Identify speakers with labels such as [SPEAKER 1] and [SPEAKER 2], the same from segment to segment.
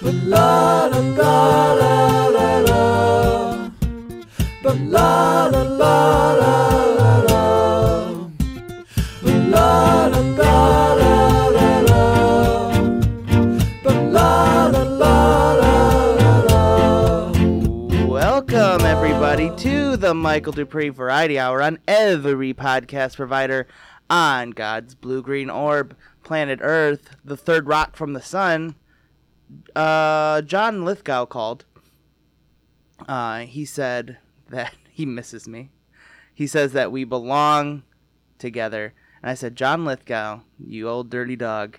[SPEAKER 1] But la la la la la la. But la la la la la la. But la la la la la la. But la la la la la la.
[SPEAKER 2] Welcome, everybody, to the Michael Dupree Variety Hour on every podcast provider on God's blue green orb, planet Earth, the third rock from the sun. Uh, John Lithgow called. Uh, he said that he misses me. He says that we belong together. And I said, John Lithgow, you old dirty dog.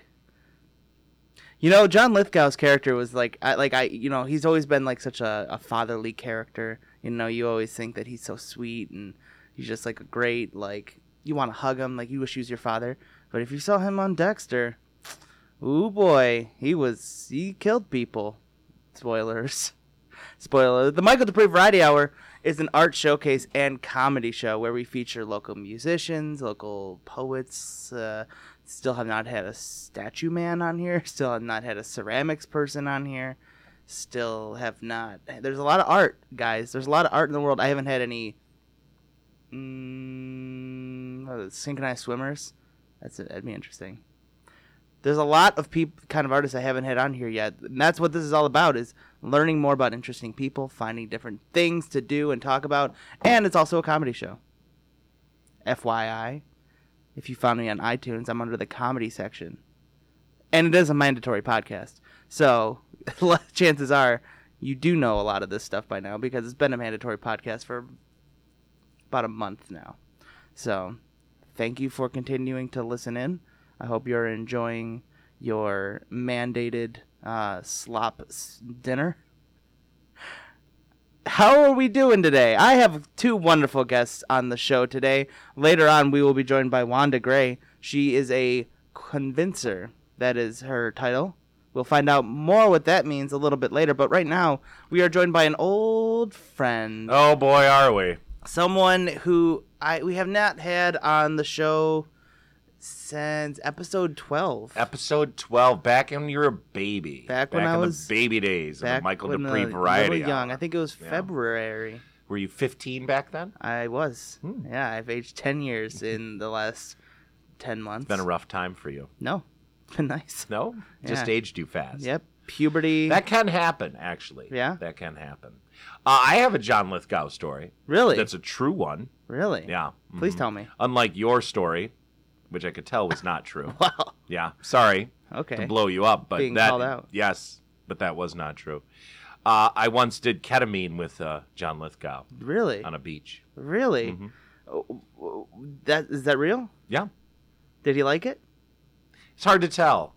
[SPEAKER 2] You know, John Lithgow's character was like, I, like I, you know, he's always been like such a, a fatherly character. You know, you always think that he's so sweet and he's just like a great, like you want to hug him, like you wish he was your father. But if you saw him on Dexter, ooh boy, he was he killed people. Spoilers, spoiler. The Michael Dupree Variety Hour is an art showcase and comedy show where we feature local musicians, local poets. Uh, still have not had a statue man on here still have not had a ceramics person on here still have not there's a lot of art guys there's a lot of art in the world i haven't had any mm, uh, synchronized swimmers that's that'd be interesting there's a lot of people kind of artists i haven't had on here yet and that's what this is all about is learning more about interesting people finding different things to do and talk about and it's also a comedy show fyi if you found me on iTunes, I'm under the comedy section. And it is a mandatory podcast. So chances are you do know a lot of this stuff by now because it's been a mandatory podcast for about a month now. So thank you for continuing to listen in. I hope you're enjoying your mandated uh, slop s- dinner. How are we doing today? I have two wonderful guests on the show today. Later on, we will be joined by Wanda Gray. She is a convincer, that is her title. We'll find out more what that means a little bit later, but right now, we are joined by an old friend.
[SPEAKER 3] Oh boy, are we?
[SPEAKER 2] someone who I we have not had on the show since episode 12.
[SPEAKER 3] Episode twelve, back when you were a baby.
[SPEAKER 2] Back when I
[SPEAKER 3] in
[SPEAKER 2] was-
[SPEAKER 3] the baby days of the Michael
[SPEAKER 2] when,
[SPEAKER 3] Dupree
[SPEAKER 2] uh,
[SPEAKER 3] variety.
[SPEAKER 2] little young.
[SPEAKER 3] Hour.
[SPEAKER 2] I think it was
[SPEAKER 3] Yeah.
[SPEAKER 2] February.
[SPEAKER 3] Were you fifteen back then?
[SPEAKER 2] I was.
[SPEAKER 3] Hmm. Mm-hmm.
[SPEAKER 2] Yeah, I've aged 10 years in the last 10 months.
[SPEAKER 3] It's been a rough time for you.
[SPEAKER 2] No. It's been nice.
[SPEAKER 3] No? Just
[SPEAKER 2] Yeah.
[SPEAKER 3] aged you fast.
[SPEAKER 2] Yep. Puberty.
[SPEAKER 3] That can happen, actually.
[SPEAKER 2] Yeah?
[SPEAKER 3] That can happen. Uh, I have a John Lithgow story.
[SPEAKER 2] really?
[SPEAKER 3] That's a true one.
[SPEAKER 2] really?
[SPEAKER 3] Yeah.
[SPEAKER 2] Please
[SPEAKER 3] Mhm.
[SPEAKER 2] tell me.
[SPEAKER 3] Unlike your story, which I could tell was not true.
[SPEAKER 2] Wow.
[SPEAKER 3] yeah. Sorry.
[SPEAKER 2] Okay.
[SPEAKER 3] to blow you up, but
[SPEAKER 2] Being
[SPEAKER 3] that
[SPEAKER 2] called out.
[SPEAKER 3] yes, but that was not true. Uh, I once did ketamine with uh, John Lithgow
[SPEAKER 2] Really?
[SPEAKER 3] on a beach.
[SPEAKER 2] Really?
[SPEAKER 3] Mhm.
[SPEAKER 2] Oh, oh, oh, That is that real?
[SPEAKER 3] Yeah,
[SPEAKER 2] Did he like it
[SPEAKER 3] it's hard to tell.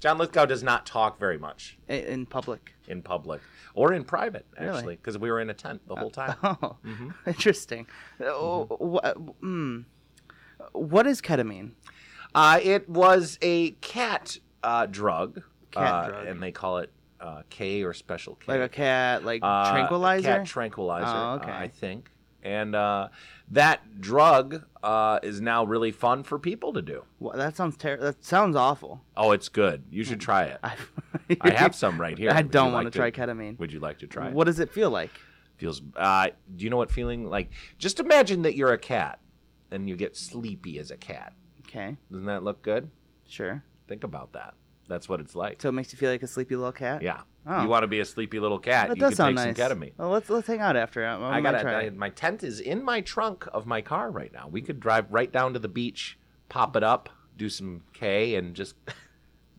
[SPEAKER 3] John Lithgow does not talk very much
[SPEAKER 2] I- in public?
[SPEAKER 3] in public or in private,
[SPEAKER 2] Really?
[SPEAKER 3] actually, because we were in a tent the whole time.
[SPEAKER 2] Oh,
[SPEAKER 3] Mhm.
[SPEAKER 2] interesting. Oh,
[SPEAKER 3] Mm-hmm.
[SPEAKER 2] wha- mm. What is ketamine?
[SPEAKER 3] Uh, it was a cat uh, drug,
[SPEAKER 2] Cat
[SPEAKER 3] uh,
[SPEAKER 2] drug.
[SPEAKER 3] and they call it uh, K or special K.
[SPEAKER 2] Like a cat, like
[SPEAKER 3] Uh,
[SPEAKER 2] tranquilizer?
[SPEAKER 3] cat tranquilizer,
[SPEAKER 2] Oh,
[SPEAKER 3] uh,
[SPEAKER 2] okay.
[SPEAKER 3] I think. And uh, that drug uh, is now really fun for people to do.
[SPEAKER 2] Wha- that sounds terrible. That sounds awful.
[SPEAKER 3] Oh, it's good. You should try it.
[SPEAKER 2] Hmm. I,
[SPEAKER 3] I have some right here.
[SPEAKER 2] I
[SPEAKER 3] Would
[SPEAKER 2] don't
[SPEAKER 3] you
[SPEAKER 2] want
[SPEAKER 3] like
[SPEAKER 2] to try ketamine.
[SPEAKER 3] Would you like to try it?
[SPEAKER 2] What does it feel like?
[SPEAKER 3] feels? Uh, do you know what feeling like? Just imagine that you're a cat and you get sleepy as a cat.
[SPEAKER 2] Okay,
[SPEAKER 3] Doesn't that look good?
[SPEAKER 2] sure.
[SPEAKER 3] Think about that. That's what it's like.
[SPEAKER 2] So it makes you feel like a sleepy little cat.
[SPEAKER 3] yeah.
[SPEAKER 2] Oh.
[SPEAKER 3] You want to be a sleepy little cat?
[SPEAKER 2] that
[SPEAKER 3] you
[SPEAKER 2] does
[SPEAKER 3] can
[SPEAKER 2] sound
[SPEAKER 3] take
[SPEAKER 2] nice.
[SPEAKER 3] some ketamine.
[SPEAKER 2] Well, let's let's hang out after. I'm,
[SPEAKER 3] I
[SPEAKER 2] I am
[SPEAKER 3] got
[SPEAKER 2] going to try. it.
[SPEAKER 3] My tent is in my trunk of my car right now. We could drive right down to the beach, pop it up, do some K, and just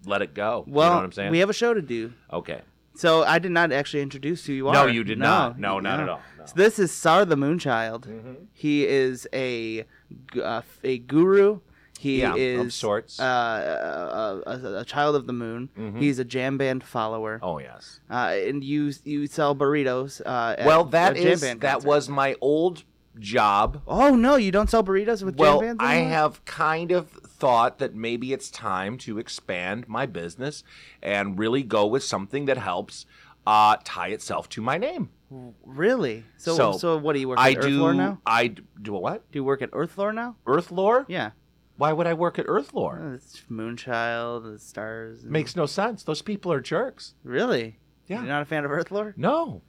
[SPEAKER 3] let it go.
[SPEAKER 2] Well,
[SPEAKER 3] you know what I'm saying?
[SPEAKER 2] we have a show to do.
[SPEAKER 3] okay.
[SPEAKER 2] So I did not actually introduce who you are.
[SPEAKER 3] No, you did not. No, not at all. No. Mm-hmm.
[SPEAKER 2] So this is Sar the Moonchild. He is a gu- uh, a guru. He
[SPEAKER 3] Yeah, of
[SPEAKER 2] is
[SPEAKER 3] sorts. Mm-hmm.
[SPEAKER 2] Uh, a, a, a child of the moon. He's a jam band follower.
[SPEAKER 3] Oh yes.
[SPEAKER 2] Uh, and you you sell burritos. Uh, at
[SPEAKER 3] well,
[SPEAKER 2] a
[SPEAKER 3] that
[SPEAKER 2] jam
[SPEAKER 3] is
[SPEAKER 2] band
[SPEAKER 3] that
[SPEAKER 2] concert.
[SPEAKER 3] was my old job.
[SPEAKER 2] Oh no, you don't sell burritos with
[SPEAKER 3] Well,
[SPEAKER 2] jam bands.
[SPEAKER 3] I
[SPEAKER 2] anymore?
[SPEAKER 3] have kind of thought that maybe it's time to expand my business and really go with something that helps uh, tie itself to my name.
[SPEAKER 2] really. So so,
[SPEAKER 3] So,
[SPEAKER 2] what do you work
[SPEAKER 3] I
[SPEAKER 2] at Earth
[SPEAKER 3] do.
[SPEAKER 2] Lore now?
[SPEAKER 3] I d- do a what?
[SPEAKER 2] Do you work at Earth Lore now?
[SPEAKER 3] Earth lore?
[SPEAKER 2] Yeah.
[SPEAKER 3] Why would I work at Earth lore?
[SPEAKER 2] Oh, It's Moonchild, the stars. and-
[SPEAKER 3] Makes no sense. Those people are jerks.
[SPEAKER 2] really.
[SPEAKER 3] Yeah.
[SPEAKER 2] You're not a fan of Earthlore?
[SPEAKER 3] No.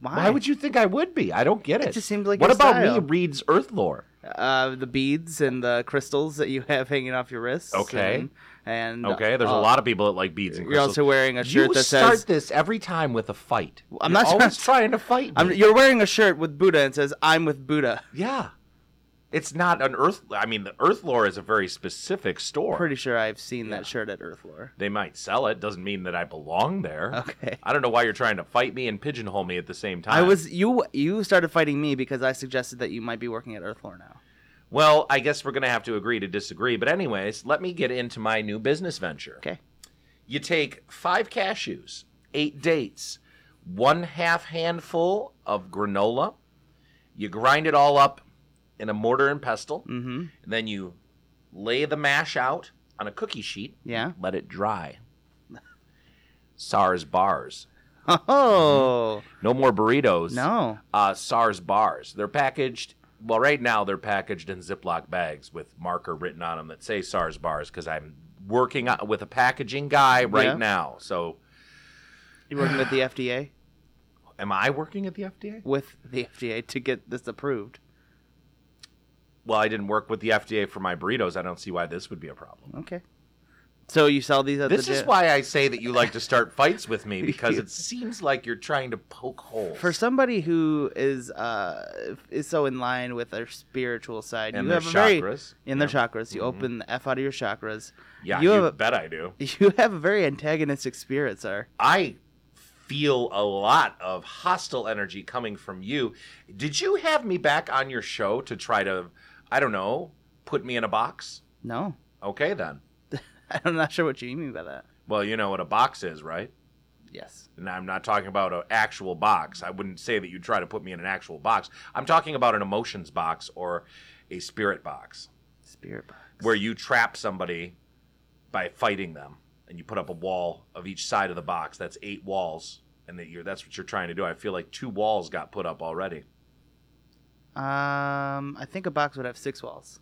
[SPEAKER 3] Why would you think I would be? I don't get it.
[SPEAKER 2] It just seems like
[SPEAKER 3] What
[SPEAKER 2] your
[SPEAKER 3] about me
[SPEAKER 2] style.
[SPEAKER 3] reads Earth lore?
[SPEAKER 2] uh, the beads and the crystals that you have hanging off your wrists.
[SPEAKER 3] Okay.
[SPEAKER 2] And, and,
[SPEAKER 3] Okay, there's
[SPEAKER 2] uh,
[SPEAKER 3] a lot of people that like beads and
[SPEAKER 2] You're
[SPEAKER 3] crystals.
[SPEAKER 2] also wearing a shirt
[SPEAKER 3] you
[SPEAKER 2] that
[SPEAKER 3] start
[SPEAKER 2] says.
[SPEAKER 3] this every time with a fight.
[SPEAKER 2] I'm
[SPEAKER 3] You're
[SPEAKER 2] not trying
[SPEAKER 3] always
[SPEAKER 2] to-
[SPEAKER 3] trying to fight.
[SPEAKER 2] I'm,
[SPEAKER 3] me.
[SPEAKER 2] you're wearing a shirt with Buddha and says "I'm with Buddha."
[SPEAKER 3] yeah, it's not an Earth. I mean, the Earth lore is a very specific store.
[SPEAKER 2] Pretty sure I've seen that shirt at Earthlore.
[SPEAKER 3] They might sell it. Doesn't mean that I belong there.
[SPEAKER 2] Okay.
[SPEAKER 3] I don't know why you're trying to fight me and pigeonhole me at the same time.
[SPEAKER 2] I was you. You started fighting me because I suggested that you might be working at Earthlore now.
[SPEAKER 3] Well, I guess we're gonna have to agree to disagree. But anyways, let me get into my new business venture.
[SPEAKER 2] Okay.
[SPEAKER 3] You take five cashews, eight dates, one half handful of granola. You grind it all up in a mortar and pestle.
[SPEAKER 2] Mm-hmm.
[SPEAKER 3] And then you lay the mash out on a cookie sheet.
[SPEAKER 2] Yeah.
[SPEAKER 3] Let it dry. SARS bars. Mm-hmm.
[SPEAKER 2] Oh
[SPEAKER 3] No more burritos.
[SPEAKER 2] no!
[SPEAKER 3] Uh, SARS bars. They're packaged. Well, right now they're packaged in Ziploc bags with marker written on them that say SARS bars because I'm working on, with a packaging guy right
[SPEAKER 2] Yeah.
[SPEAKER 3] now. So
[SPEAKER 2] You're working with the FDA.
[SPEAKER 3] Am I working at the FDA?
[SPEAKER 2] With the FDA to get this approved.
[SPEAKER 3] Well, I didn't work with the FDA for my burritos. I don't see why this would be a problem.
[SPEAKER 2] Okay. So you sell these at the.
[SPEAKER 3] This is
[SPEAKER 2] di-
[SPEAKER 3] why I say that you like to start fights with me because it seems like you're trying to poke holes.
[SPEAKER 2] for somebody who is uh is so in line with their spiritual side,
[SPEAKER 3] And
[SPEAKER 2] you
[SPEAKER 3] their
[SPEAKER 2] have a very
[SPEAKER 3] chakras. Mm-hmm.
[SPEAKER 2] in their chakras. You open the f out of your chakras.
[SPEAKER 3] yeah,
[SPEAKER 2] you
[SPEAKER 3] you,
[SPEAKER 2] have a,
[SPEAKER 3] bet I do.
[SPEAKER 2] you have a very antagonistic spirit, sir.
[SPEAKER 3] I feel a lot of hostile energy coming from you. Did you have me back on your show to try to, I don't know, put me in a box?
[SPEAKER 2] No,
[SPEAKER 3] Okay, then.
[SPEAKER 2] I'm not sure what you mean by that.
[SPEAKER 3] Well, you know what a box is, right?
[SPEAKER 2] Yes.
[SPEAKER 3] And I'm not talking about an actual box. I wouldn't say that you try to put me in an actual box. I'm talking about an emotions box or a spirit box
[SPEAKER 2] Spirit box.
[SPEAKER 3] where you trap somebody by fighting them and you put up a wall of each side of the box. That's eight walls. And that you're, that's what you're trying to do. I feel like two walls got put up already.
[SPEAKER 2] Um, I think a box would have six walls.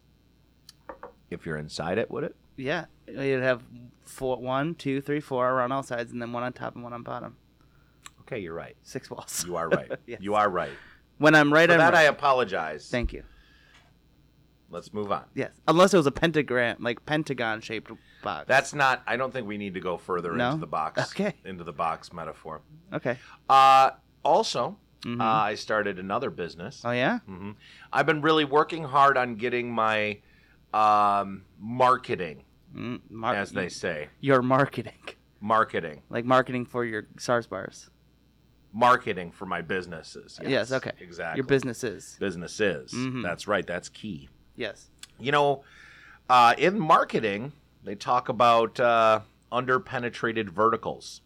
[SPEAKER 3] If you're inside it, would it?
[SPEAKER 2] Yeah, you'd have four, one, two, three, four around all sides, and then one on top and one on bottom.
[SPEAKER 3] Okay, you're right.
[SPEAKER 2] Six walls.
[SPEAKER 3] You are right.
[SPEAKER 2] Yes.
[SPEAKER 3] You are right.
[SPEAKER 2] When I'm right,
[SPEAKER 3] For
[SPEAKER 2] I'm
[SPEAKER 3] that, I
[SPEAKER 2] right.
[SPEAKER 3] apologize.
[SPEAKER 2] Thank you.
[SPEAKER 3] Let's move on.
[SPEAKER 2] Yes, unless it was a pentagram, like pentagon shaped box.
[SPEAKER 3] That's not. I don't think we need to go further
[SPEAKER 2] No?
[SPEAKER 3] into the box.
[SPEAKER 2] Okay.
[SPEAKER 3] Into the box metaphor.
[SPEAKER 2] okay.
[SPEAKER 3] Uh, also, uh, I started another business.
[SPEAKER 2] Oh yeah.
[SPEAKER 3] hmm I've been really working hard on getting my um, marketing,
[SPEAKER 2] Mm, mar-
[SPEAKER 3] as they say,
[SPEAKER 2] your marketing,
[SPEAKER 3] marketing,
[SPEAKER 2] like marketing for your SARS bars.
[SPEAKER 3] marketing for my businesses.
[SPEAKER 2] Yes. okay.
[SPEAKER 3] Exactly.
[SPEAKER 2] Your businesses.
[SPEAKER 3] businesses.
[SPEAKER 2] Mhm.
[SPEAKER 3] That's right. That's key.
[SPEAKER 2] Yes.
[SPEAKER 3] You know, uh, in marketing, they talk about uh, underpenetrated verticals.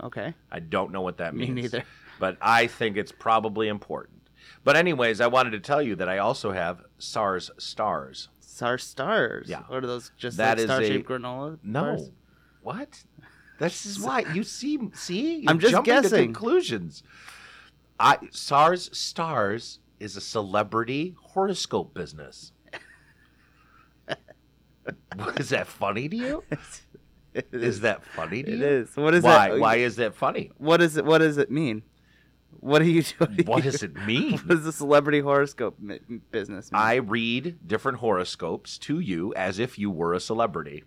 [SPEAKER 2] Okay.
[SPEAKER 3] I don't know what that
[SPEAKER 2] Me
[SPEAKER 3] means.
[SPEAKER 2] neither.
[SPEAKER 3] But I think it's probably important. But anyways, I wanted to tell you that I also have SARS stars.
[SPEAKER 2] SARS stars.
[SPEAKER 3] Yeah.
[SPEAKER 2] What are those? Just
[SPEAKER 3] That
[SPEAKER 2] like
[SPEAKER 3] is
[SPEAKER 2] star shaped
[SPEAKER 3] a-
[SPEAKER 2] granola.
[SPEAKER 3] No.
[SPEAKER 2] bars?
[SPEAKER 3] What? This is why you see see You're
[SPEAKER 2] I'm just
[SPEAKER 3] jumping to
[SPEAKER 2] guessing.
[SPEAKER 3] conclusions. I SARS stars is a celebrity horoscope business. What, is that funny to you?
[SPEAKER 2] It
[SPEAKER 3] Is that funny to
[SPEAKER 2] It
[SPEAKER 3] you?
[SPEAKER 2] is. What is
[SPEAKER 3] why?
[SPEAKER 2] that? Oh,
[SPEAKER 3] Why is that funny?
[SPEAKER 2] What is it? What does it mean? What are you doing?
[SPEAKER 3] What does it mean?
[SPEAKER 2] What does the celebrity horoscope mi- business mean?
[SPEAKER 3] I read different horoscopes to you as if you were a celebrity.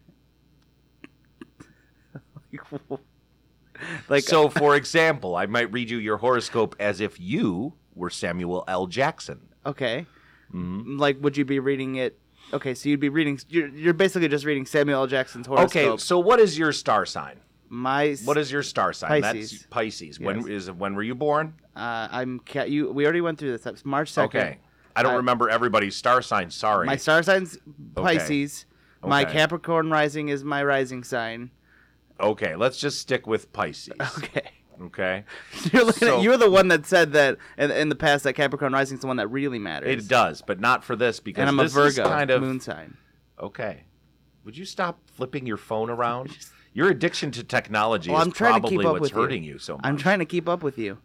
[SPEAKER 2] like uh,
[SPEAKER 3] so, for example, I might read you your horoscope as if you were Samuel L. Jackson.
[SPEAKER 2] Okay.
[SPEAKER 3] Mm-hmm.
[SPEAKER 2] Like, would you be reading it? Okay, so you'd be reading. You're, you're basically just reading Samuel L. Jackson's horoscope.
[SPEAKER 3] Okay, so what is your star sign?
[SPEAKER 2] my s-
[SPEAKER 3] What is your star sign? That's
[SPEAKER 2] Pisces.
[SPEAKER 3] Pisces. When
[SPEAKER 2] Yes.
[SPEAKER 3] is when were you born?
[SPEAKER 2] Uh, I'm ca- you. We already went through this. That's March second.
[SPEAKER 3] Okay. I don't
[SPEAKER 2] I-
[SPEAKER 3] remember everybody's star sign. Sorry.
[SPEAKER 2] My star sign's
[SPEAKER 3] Okay.
[SPEAKER 2] Pisces. My
[SPEAKER 3] Okay.
[SPEAKER 2] Capricorn rising is my rising sign.
[SPEAKER 3] okay, let's just stick with Pisces.
[SPEAKER 2] Okay.
[SPEAKER 3] Okay.
[SPEAKER 2] You're, looking
[SPEAKER 3] So-
[SPEAKER 2] at, you're the one that said that in, in the past that Capricorn rising is the one that really matters.
[SPEAKER 3] It does, but not for this because
[SPEAKER 2] And I'm a
[SPEAKER 3] this is
[SPEAKER 2] Virgo
[SPEAKER 3] kind of
[SPEAKER 2] moon sign.
[SPEAKER 3] Okay. Would you stop flipping your phone around? Your addiction to technology
[SPEAKER 2] Well,
[SPEAKER 3] is
[SPEAKER 2] I'm trying to
[SPEAKER 3] probably
[SPEAKER 2] keep up
[SPEAKER 3] what's
[SPEAKER 2] with you.
[SPEAKER 3] hurting you, so much.
[SPEAKER 2] I'm trying to keep up with you,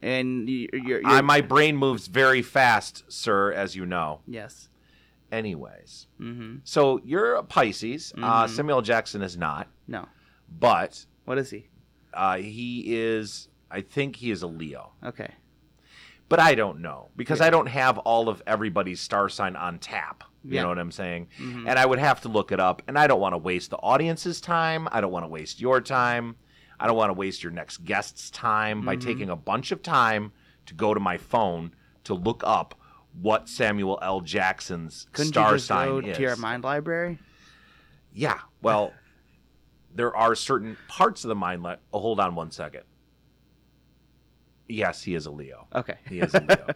[SPEAKER 2] and you, you're, you're,
[SPEAKER 3] I- my brain moves very fast, sir, as you know.
[SPEAKER 2] yes.
[SPEAKER 3] Anyways,
[SPEAKER 2] Mm-hmm.
[SPEAKER 3] so you're a Pisces. Uh, Samuel Jackson is not,
[SPEAKER 2] No.
[SPEAKER 3] but
[SPEAKER 2] What is he?
[SPEAKER 3] Uh, he is, I think he is a Leo,
[SPEAKER 2] Okay.
[SPEAKER 3] but I don't know because I don't have all of everybody's star sign on tap. You
[SPEAKER 2] Yeah.
[SPEAKER 3] know what I'm saying?
[SPEAKER 2] Mhm.
[SPEAKER 3] And I would have to look it up, and I don't want to waste the audience's time. I don't want to waste your time. I don't want to waste your next guest's time by
[SPEAKER 2] Mm-hmm.
[SPEAKER 3] taking a bunch of time to go to my phone to look up what Samuel L. Jackson's
[SPEAKER 2] Couldn't
[SPEAKER 3] star
[SPEAKER 2] you just
[SPEAKER 3] sign
[SPEAKER 2] go
[SPEAKER 3] is.
[SPEAKER 2] to your mind library?
[SPEAKER 3] Yeah. Well, there are certain parts of the mind. Li- oh, hold on one second. Yes, he is a Leo.
[SPEAKER 2] Okay.
[SPEAKER 3] He is a Leo.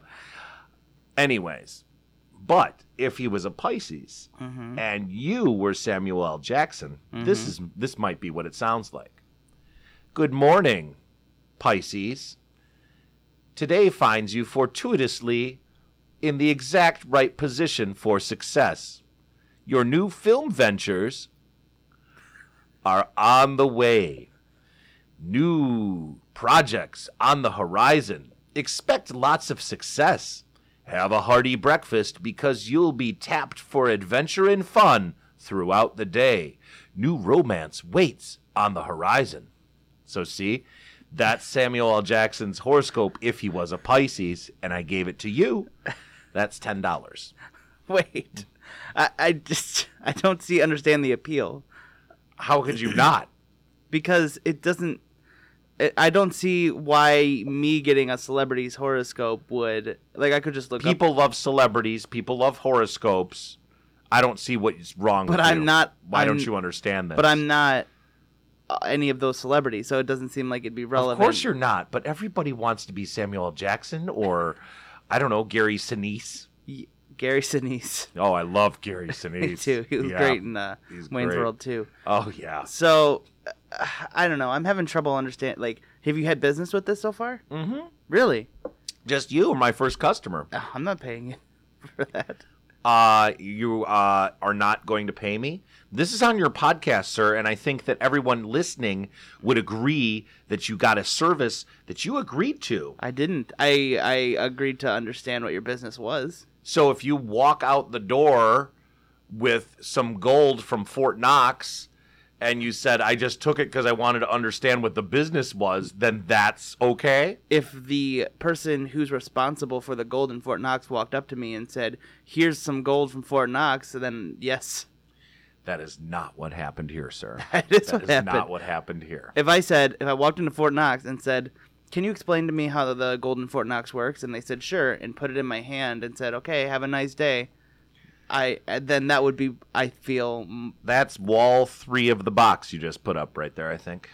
[SPEAKER 3] Anyways, but if he was a Pisces
[SPEAKER 2] Mhm.
[SPEAKER 3] and you were Samuel L. Jackson, this is this might be what it sounds like. Good morning, Pisces. Today finds you fortuitously in the exact right position for success. Your new film ventures are on the way. New projects on the horizon. Expect lots of success. Have a hearty breakfast because you'll be tapped for adventure and fun throughout the day. New romance waits on the horizon. So, see, that's Samuel L. Jackson's horoscope if he was a Pisces, and I gave it to you. That's $10.
[SPEAKER 2] Wait. I, I just I don't see understand the appeal
[SPEAKER 3] How could you not?
[SPEAKER 2] because it doesn't. I- I don't see why me getting a celebrity's horoscope would like I could just look up-
[SPEAKER 3] People love celebrities. People love horoscopes. I don't see what's wrong.
[SPEAKER 2] But
[SPEAKER 3] with
[SPEAKER 2] I'm
[SPEAKER 3] you.
[SPEAKER 2] not-
[SPEAKER 3] Why don't
[SPEAKER 2] I'm-
[SPEAKER 3] you understand this?
[SPEAKER 2] but I'm not uh, any of those celebrities, so it doesn't seem like it'd be
[SPEAKER 3] Of
[SPEAKER 2] relevant.
[SPEAKER 3] course you're not. But everybody wants to be Samuel L. Jackson or I don't know Gary Sinise.
[SPEAKER 2] Y- Gary Sinise.
[SPEAKER 3] Oh, I love Gary
[SPEAKER 2] Me
[SPEAKER 3] Sinise
[SPEAKER 2] too. He was
[SPEAKER 3] Yeah.
[SPEAKER 2] great in uh,
[SPEAKER 3] He's
[SPEAKER 2] Wayne's
[SPEAKER 3] great.
[SPEAKER 2] World too.
[SPEAKER 3] Oh yeah.
[SPEAKER 2] So uh, I don't know. I'm having trouble understanding. Like, have you had business with this so far?
[SPEAKER 3] Mm-hmm.
[SPEAKER 2] Really?
[SPEAKER 3] Just you were my first customer.
[SPEAKER 2] Ugh, I'm not paying you for that.
[SPEAKER 3] Uh, you uh, are not going to pay me. This is on your podcast, sir, and I think that everyone listening would agree that you got a service that you agreed to.
[SPEAKER 2] I didn't. I I agreed to understand what your business was.
[SPEAKER 3] So if you walk out the door with some gold from Fort Knox and you said, I just took it because I wanted to understand what the business was, then that's okay.
[SPEAKER 2] If the person who's responsible for the gold in Fort Knox walked up to me and said, "Here's some gold from Fort Knox," then yes,
[SPEAKER 3] That is not what happened here, sir.
[SPEAKER 2] That is
[SPEAKER 3] That
[SPEAKER 2] what
[SPEAKER 3] is
[SPEAKER 2] happened.
[SPEAKER 3] not what happened here.
[SPEAKER 2] if I said, if I walked into Fort Knox and said, "Can you explain to me how the Golden Fort Knox works?" and they said, "Sure," and put it in my hand and said, "Okay, have a nice day," I uh, then that would be I feel mm,
[SPEAKER 3] That's wall three of the box you just put up right there, I think.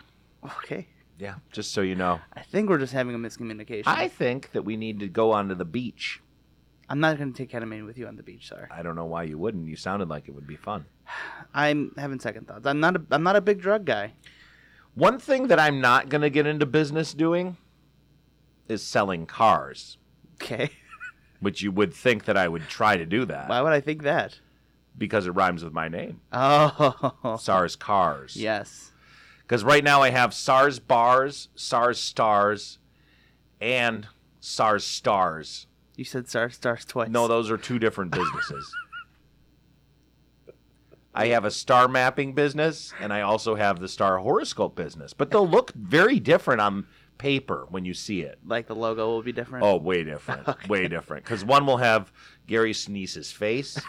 [SPEAKER 2] okay.
[SPEAKER 3] Yeah, just so you know.
[SPEAKER 2] I think we're just having a miscommunication.
[SPEAKER 3] I think that we need to go onto the beach.
[SPEAKER 2] I'm not going to take ketamine with you on the beach. Sorry,
[SPEAKER 3] I don't know why you wouldn't. You sounded like it would be fun.
[SPEAKER 2] I'm having second thoughts. I'm not. A, I'm not a big drug guy.
[SPEAKER 3] One thing that I'm not going to get into business doing is selling cars,
[SPEAKER 2] Okay.
[SPEAKER 3] which you would think that I would try to do that
[SPEAKER 2] Why would I think that?
[SPEAKER 3] because it rhymes with my name.
[SPEAKER 2] Oh.
[SPEAKER 3] SARS Cars.
[SPEAKER 2] Yes.
[SPEAKER 3] Because right now I have SARS Bars, SARS Stars, and SARS Stars.
[SPEAKER 2] You said star stars twice.
[SPEAKER 3] No, those are two different businesses. I have a star mapping business and I also have the star horoscope business, but they'll look very different on paper when you see it.
[SPEAKER 2] like the logo will be different.
[SPEAKER 3] Oh, way different. Way different. Because one will have Gary Sneeze's face.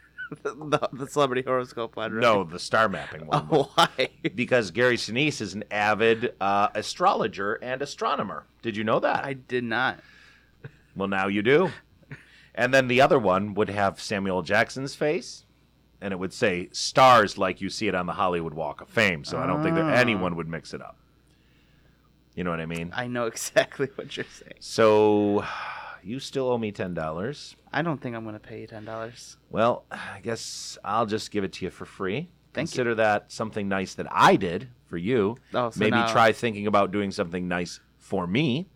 [SPEAKER 2] the, the celebrity horoscope one. Right?
[SPEAKER 3] No, the star mapping one.
[SPEAKER 2] Oh, why?
[SPEAKER 3] Because Gary Sinise is an avid uh, astrologer and astronomer. Did you know that?
[SPEAKER 2] I did not.
[SPEAKER 3] Well, now you do. And then the other one would have Samuel Jackson's face, and it would say stars like you see it on the Hollywood Walk of Fame. So I don't think that
[SPEAKER 2] Ah.
[SPEAKER 3] anyone would mix it up. You know what I mean?
[SPEAKER 2] I know exactly what you're saying.
[SPEAKER 3] So you still owe me $10.
[SPEAKER 2] I don't think I'm going to pay you ten dollars.
[SPEAKER 3] Well, I guess I'll just give it to you for free.
[SPEAKER 2] Thank you.
[SPEAKER 3] Consider that something nice that I did for you.
[SPEAKER 2] Oh, so
[SPEAKER 3] Maybe
[SPEAKER 2] now-
[SPEAKER 3] try thinking about doing something nice for me.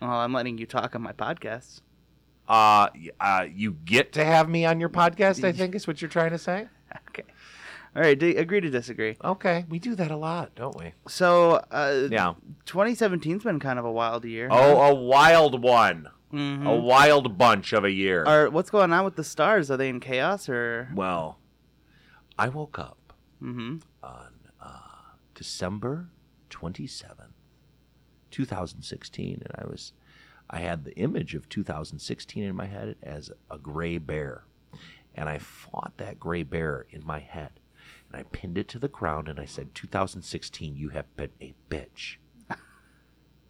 [SPEAKER 2] Well, I'm letting you talk on my podcast.
[SPEAKER 3] Uh, y- uh, you get to have me on your podcast, I think is what you're trying to say.
[SPEAKER 2] Okay. All right. D- agree to disagree.
[SPEAKER 3] Okay, we do that a lot, don't we?
[SPEAKER 2] So, uh,
[SPEAKER 3] Yeah.
[SPEAKER 2] 2017's been kind of a wild year.
[SPEAKER 3] Oh, a wild one.
[SPEAKER 2] Mhm.
[SPEAKER 3] A wild bunch of a year.
[SPEAKER 2] Are what's going on with the stars? Are they in chaos or?
[SPEAKER 3] well, I woke up uh,
[SPEAKER 2] Mm-hmm.
[SPEAKER 3] December 27th, 2016, and I was, I had the image of 2016 in my head as a gray bear, and I fought that gray bear in my head, and I pinned it to the ground, and I said, 2016, you have been a bitch,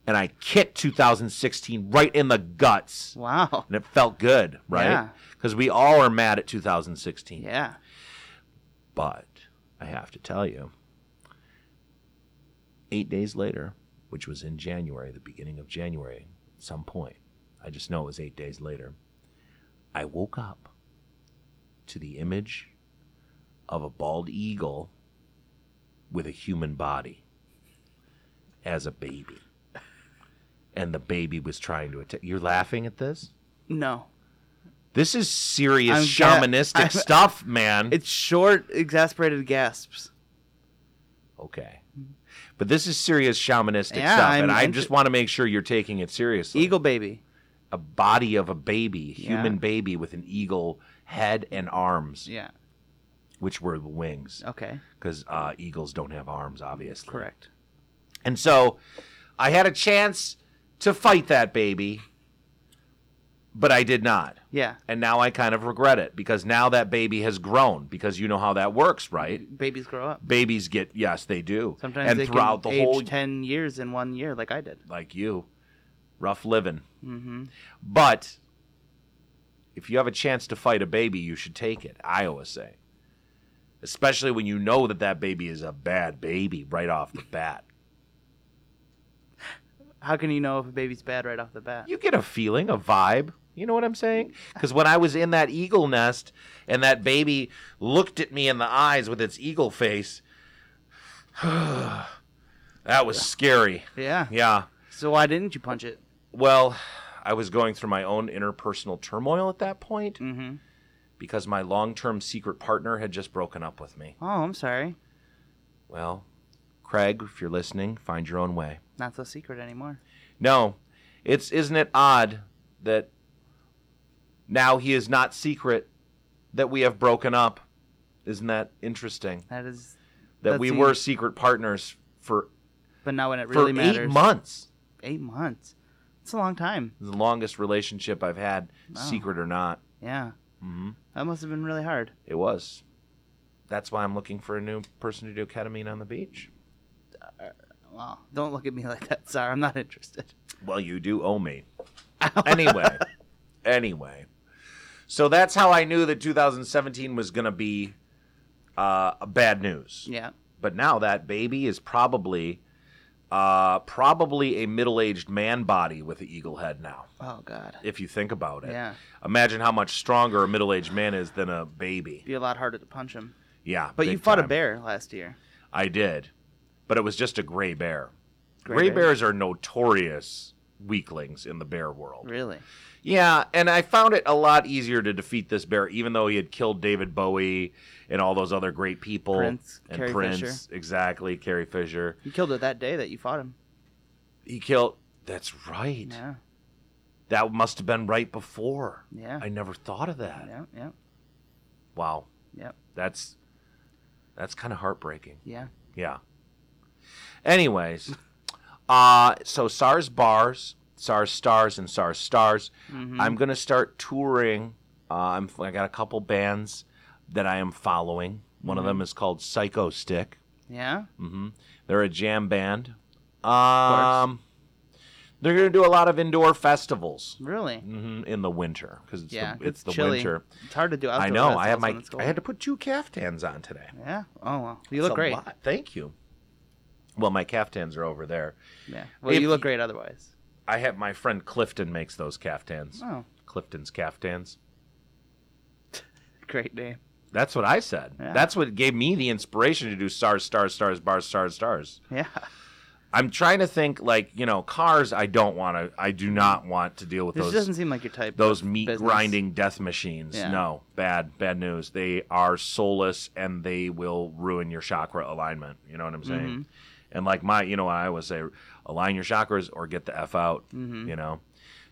[SPEAKER 3] and I kicked 2016 right in the guts,
[SPEAKER 2] Wow.
[SPEAKER 3] and it felt good,
[SPEAKER 2] Yeah.
[SPEAKER 3] right? Because we all are mad at 2016.
[SPEAKER 2] Yeah.
[SPEAKER 3] But I have to tell you, eight days later, which was in January, the beginning of January, at some point, I just know it was eight days later, I woke up to the image of a bald eagle with a human body as a baby. And the baby was trying to attack. You're laughing at this?
[SPEAKER 2] No.
[SPEAKER 3] This is serious
[SPEAKER 2] I'm ga-
[SPEAKER 3] shamanistic
[SPEAKER 2] I'm-
[SPEAKER 3] stuff, man.
[SPEAKER 2] It's short, exasperated gasps.
[SPEAKER 3] okay. But this is serious shamanistic
[SPEAKER 2] Yeah,
[SPEAKER 3] stuff,
[SPEAKER 2] I'm
[SPEAKER 3] and I
[SPEAKER 2] int-
[SPEAKER 3] just want to make sure you're taking it seriously.
[SPEAKER 2] Eagle baby.
[SPEAKER 3] a body of a baby, human
[SPEAKER 2] Yeah.
[SPEAKER 3] baby with an eagle head and arms,
[SPEAKER 2] Yeah.
[SPEAKER 3] which were the wings,
[SPEAKER 2] Okay.
[SPEAKER 3] because uh, eagles don't have arms, obviously.
[SPEAKER 2] Correct.
[SPEAKER 3] And so, I had a chance to fight that baby, but I did not.
[SPEAKER 2] Yeah.
[SPEAKER 3] And now I kind of regret it because now that baby has grown. Because you know how that works, right?
[SPEAKER 2] Babies grow up.
[SPEAKER 3] Babies get yes, they do.
[SPEAKER 2] Sometimes
[SPEAKER 3] and
[SPEAKER 2] they
[SPEAKER 3] throughout
[SPEAKER 2] can
[SPEAKER 3] the
[SPEAKER 2] age
[SPEAKER 3] whole
[SPEAKER 2] ten years in one year, like I did.
[SPEAKER 3] like you, rough living. Mm-hmm. But if you have a chance to fight a baby, you should take it. I always say, especially when you know that that baby is a bad baby right off the bat.
[SPEAKER 2] How can you know if a baby's bad right off the bat?
[SPEAKER 3] You get a feeling, a vibe. You know what I'm saying? Because when I was in that eagle nest and that baby looked at me in the eyes with its eagle face, that was scary.
[SPEAKER 2] Yeah.
[SPEAKER 3] Yeah.
[SPEAKER 2] So why didn't you punch it?
[SPEAKER 3] Well, I was going through my own interpersonal turmoil at that point
[SPEAKER 2] Mm-hmm.
[SPEAKER 3] because my long term secret partner had just broken up with me.
[SPEAKER 2] Oh, I'm sorry.
[SPEAKER 3] Well, Craig, if you're listening, find your own way.
[SPEAKER 2] Not so secret anymore.
[SPEAKER 3] No, it's isn't it odd that now he is not secret that we have broken up? Isn't that interesting?
[SPEAKER 2] That is.
[SPEAKER 3] That
[SPEAKER 2] That
[SPEAKER 3] we
[SPEAKER 2] seems-
[SPEAKER 3] were secret partners for
[SPEAKER 2] But not when it really
[SPEAKER 3] for
[SPEAKER 2] matters.
[SPEAKER 3] eight months.
[SPEAKER 2] Eight months. It's a long time.
[SPEAKER 3] The longest relationship I've had, secret or not.
[SPEAKER 2] Yeah. Mm-hmm. That must have been really hard.
[SPEAKER 3] It was. That's why I'm looking for a new person to do ketamine on the beach.
[SPEAKER 2] Wow. Don't look at me like that, sir. I'm not interested.
[SPEAKER 3] Well, you do owe me. anyway, anyway. So that's how I knew that 2017 was going to be uh, bad news.
[SPEAKER 2] Yeah.
[SPEAKER 3] But now that baby is probably uh, probably a middle-aged man body with an eagle head now.
[SPEAKER 2] Oh God. It'd
[SPEAKER 3] If you think about it,
[SPEAKER 2] Yeah.
[SPEAKER 3] imagine how much stronger a middle-aged man is than a baby.
[SPEAKER 2] be a lot harder to punch him.
[SPEAKER 3] Yeah,
[SPEAKER 2] But you
[SPEAKER 3] big
[SPEAKER 2] fought a
[SPEAKER 3] time.
[SPEAKER 2] bear last year.
[SPEAKER 3] I did, but it was just a gray bear.
[SPEAKER 2] Gray
[SPEAKER 3] Gray,
[SPEAKER 2] bear.
[SPEAKER 3] bears are notorious weaklings in the bear world.
[SPEAKER 2] Really?
[SPEAKER 3] Yeah, and I found it a lot easier to defeat this bear, even though he had killed David Bowie and all those other great people.
[SPEAKER 2] Prince,
[SPEAKER 3] and
[SPEAKER 2] Carrie
[SPEAKER 3] Prince,
[SPEAKER 2] Fisher.
[SPEAKER 3] exactly, Carrie Fisher.
[SPEAKER 2] You killed it that day that you fought him.
[SPEAKER 3] He killed. That's right.
[SPEAKER 2] Yeah.
[SPEAKER 3] That must have been right before.
[SPEAKER 2] Yeah.
[SPEAKER 3] I never thought of that.
[SPEAKER 2] Yeah. Yeah.
[SPEAKER 3] Wow,
[SPEAKER 2] Yeah.
[SPEAKER 3] that's that's kind of heartbreaking.
[SPEAKER 2] Yeah.
[SPEAKER 3] Yeah. Anyways, uh, so SARS bars, SARS stars, and SARS stars.
[SPEAKER 2] Mm-hmm. Hmm.
[SPEAKER 3] I'm gonna start touring. Uh, I'm I got a couple bands that I am following. One
[SPEAKER 2] Hmm.
[SPEAKER 3] of them is called Psycho Stick.
[SPEAKER 2] Yeah.
[SPEAKER 3] hmm They're a jam band. Um, they're gonna do a lot of indoor festivals
[SPEAKER 2] Really?
[SPEAKER 3] hmm in the winter because it's
[SPEAKER 2] yeah.
[SPEAKER 3] the, it's, the
[SPEAKER 2] chilly.
[SPEAKER 3] winter.
[SPEAKER 2] It's hard to do outdoor
[SPEAKER 3] I know. I have
[SPEAKER 2] festivals when
[SPEAKER 3] my.
[SPEAKER 2] it's cold.
[SPEAKER 3] I had to put two caftans on today.
[SPEAKER 2] Yeah. Oh well. You
[SPEAKER 3] It's
[SPEAKER 2] look
[SPEAKER 3] a
[SPEAKER 2] great.
[SPEAKER 3] lot. Thank you. Well, my caftans are over there.
[SPEAKER 2] Yeah. Well,
[SPEAKER 3] If
[SPEAKER 2] you look
[SPEAKER 3] you-
[SPEAKER 2] great otherwise.
[SPEAKER 3] I have my friend Clifton makes those caftans.
[SPEAKER 2] Oh,
[SPEAKER 3] Clifton's caftans.
[SPEAKER 2] great name.
[SPEAKER 3] That's what I said.
[SPEAKER 2] Yeah.
[SPEAKER 3] That's what gave me the inspiration to do stars, stars, stars, bars, stars, stars.
[SPEAKER 2] Yeah.
[SPEAKER 3] I'm trying to think like you know cars. I don't want to. I do not want to deal with
[SPEAKER 2] This
[SPEAKER 3] those
[SPEAKER 2] doesn't seem like your type.
[SPEAKER 3] those
[SPEAKER 2] of
[SPEAKER 3] meat
[SPEAKER 2] business.
[SPEAKER 3] grinding death machines.
[SPEAKER 2] Yeah.
[SPEAKER 3] No, bad bad news. They are soulless and they will ruin your chakra alignment. You know what
[SPEAKER 2] Mm-hmm.
[SPEAKER 3] I'm saying? And like my, you know, I always say, align your chakras or get the f out.
[SPEAKER 2] Mm-hmm.
[SPEAKER 3] You know,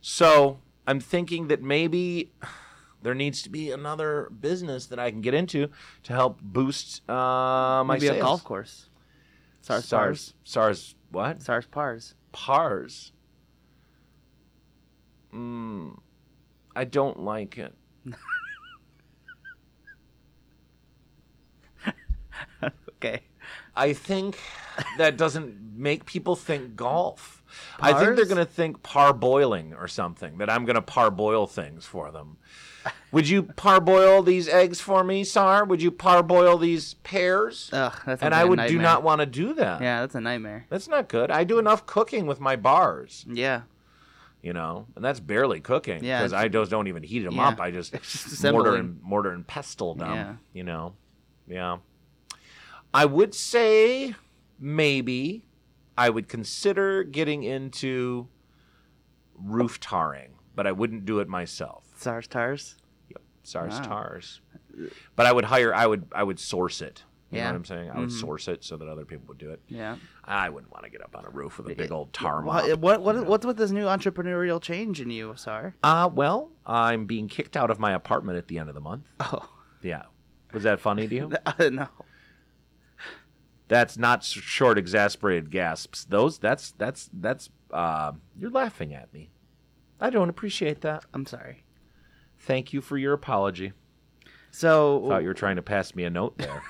[SPEAKER 3] so I'm thinking that maybe there needs to be another business that I can get into to help boost uh, my
[SPEAKER 2] Maybe
[SPEAKER 3] sales.
[SPEAKER 2] a golf course. Sars.
[SPEAKER 3] SARS, SARS What?
[SPEAKER 2] SARS PARS.
[SPEAKER 3] Pars. Mm, I don't like it.
[SPEAKER 2] Okay.
[SPEAKER 3] I think that doesn't make people think golf. I think they're
[SPEAKER 2] Pars?
[SPEAKER 3] going to think parboiling or something, that I'm going to parboil things for them. Would you parboil these eggs for me, Sar? Would you parboil these pears?
[SPEAKER 2] Ugh, that sounds
[SPEAKER 3] and
[SPEAKER 2] like
[SPEAKER 3] I
[SPEAKER 2] a
[SPEAKER 3] would do
[SPEAKER 2] nightmare.
[SPEAKER 3] not want to do that.
[SPEAKER 2] Yeah, that's a nightmare.
[SPEAKER 3] That's not good. I do enough cooking with my bars,
[SPEAKER 2] Yeah.
[SPEAKER 3] you know, and that's barely cooking
[SPEAKER 2] Yeah,
[SPEAKER 3] because
[SPEAKER 2] it's-
[SPEAKER 3] I just don't even heat them
[SPEAKER 2] Yeah.
[SPEAKER 3] up. I just,
[SPEAKER 2] just
[SPEAKER 3] mortar
[SPEAKER 2] assembling.
[SPEAKER 3] and mortar and pestle them,
[SPEAKER 2] Yeah.
[SPEAKER 3] you know. Yeah, I would say maybe I would consider getting into roof tarring, but I wouldn't do it myself.
[SPEAKER 2] SARS TARS.
[SPEAKER 3] Yep. SARS
[SPEAKER 2] Wow.
[SPEAKER 3] TARS. But I would hire. I would. I would source it. You
[SPEAKER 2] Yeah. Mm-hmm.
[SPEAKER 3] know what I'm saying? I would source it so that other people would do it.
[SPEAKER 2] Yeah.
[SPEAKER 3] I wouldn't want to get up on a roof with a big old tar mop.
[SPEAKER 2] Well, what, what, what's with this new entrepreneurial change in you, SAR?
[SPEAKER 3] Uh, well, I'm being kicked out of my apartment at the end of the month.
[SPEAKER 2] Oh,
[SPEAKER 3] Yeah. Was that funny to you?
[SPEAKER 2] no.
[SPEAKER 3] that's not s- short exasperated gasps. Those that's that's that's uh, you're laughing at me. I don't appreciate that.
[SPEAKER 2] I'm sorry.
[SPEAKER 3] Thank you for your apology.
[SPEAKER 2] So,
[SPEAKER 3] Thought you were trying to pass me a note there.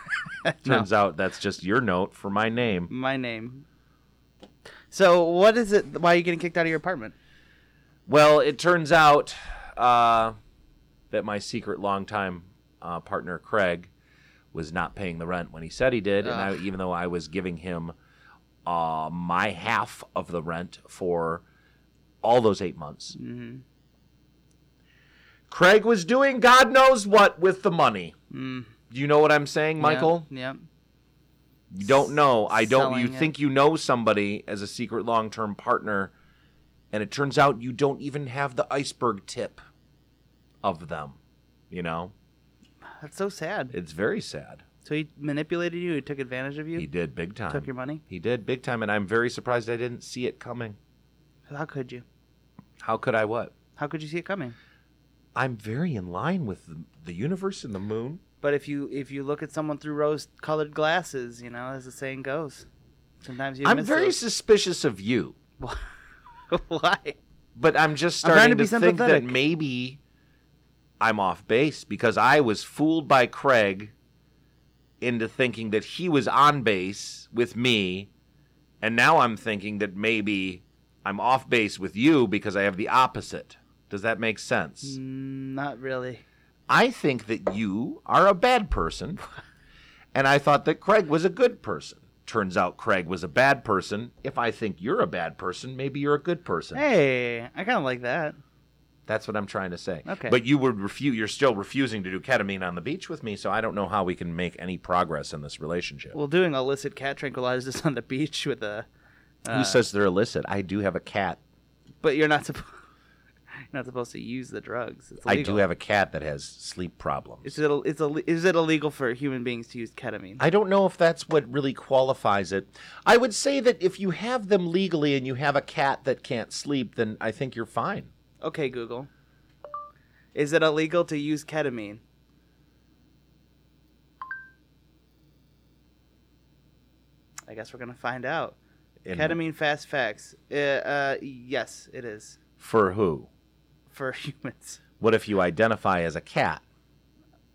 [SPEAKER 2] No.
[SPEAKER 3] Turns out that's just your note for my name.
[SPEAKER 2] my name. So, what is it? Why are you getting kicked out of your apartment?
[SPEAKER 3] Well, it turns out uh, that my secret longtime uh, partner Craig was not paying the rent when he said he did, and I, even though I was giving him uh, my half of the rent for all those eight months, Craig was doing God knows what with the money.
[SPEAKER 2] Mm,
[SPEAKER 3] You know what I'm saying, Michael?
[SPEAKER 2] Yeah. yeah.
[SPEAKER 3] You don't know. I don't. You
[SPEAKER 2] Selling it.
[SPEAKER 3] think you know somebody as a secret long term partner, and it turns out you don't even have the iceberg tip of them. You know,
[SPEAKER 2] That's so sad.
[SPEAKER 3] it's very sad.
[SPEAKER 2] So, he manipulated you, he took advantage of you.
[SPEAKER 3] He did big time.
[SPEAKER 2] Took your money?
[SPEAKER 3] He did big time, and I'm very surprised I didn't see it coming.
[SPEAKER 2] How could you?
[SPEAKER 3] How could I? What?
[SPEAKER 2] How could you see it coming?
[SPEAKER 3] I'm very in line with the, the universe and the moon.
[SPEAKER 2] But if you if you look at someone through rose-colored glasses, you know, as the saying goes, sometimes you.
[SPEAKER 3] I'm
[SPEAKER 2] miss
[SPEAKER 3] very
[SPEAKER 2] those.
[SPEAKER 3] suspicious of you.
[SPEAKER 2] Why?
[SPEAKER 3] But I'm just
[SPEAKER 2] I'm trying
[SPEAKER 3] starting to,
[SPEAKER 2] to be
[SPEAKER 3] think that
[SPEAKER 2] sympathetic.
[SPEAKER 3] maybe I'm off base because I was fooled by Craig into thinking that he was on base with me, and now I'm thinking that maybe I'm off base with you because I have the opposite. Does that make sense?
[SPEAKER 2] Mm, Not really.
[SPEAKER 3] I think that you are a bad person, and I thought that Craig was a good person. Turns out Craig was a bad person. If I think you're a bad person, maybe you're a good person.
[SPEAKER 2] Hey, I kind of like that.
[SPEAKER 3] That's what I'm trying to say.
[SPEAKER 2] Okay.
[SPEAKER 3] But you would refuse. You're still refusing to do ketamine on the beach with me, so I don't know how we can make any progress in this relationship.
[SPEAKER 2] Well, doing illicit cat tranquilizers on the beach with a, Uh,
[SPEAKER 3] Who says they're illicit? I do have a cat.
[SPEAKER 2] but you're not supposed, not supposed to use the drugs. It's
[SPEAKER 3] I do have a cat that has sleep problems.
[SPEAKER 2] Is it, it's Ill- is it illegal for human beings to use ketamine?
[SPEAKER 3] I don't know if that's what really qualifies it. I would say that if you have them legally and you have a cat that can't sleep, then I think you're fine.
[SPEAKER 2] Okay, Google. Is it illegal to use ketamine? I guess we're gonna find out.
[SPEAKER 3] And
[SPEAKER 2] Ketamine fast facts. Uh, uh, yes, it is
[SPEAKER 3] for who?
[SPEAKER 2] for humans.
[SPEAKER 3] What if you identify as a cat?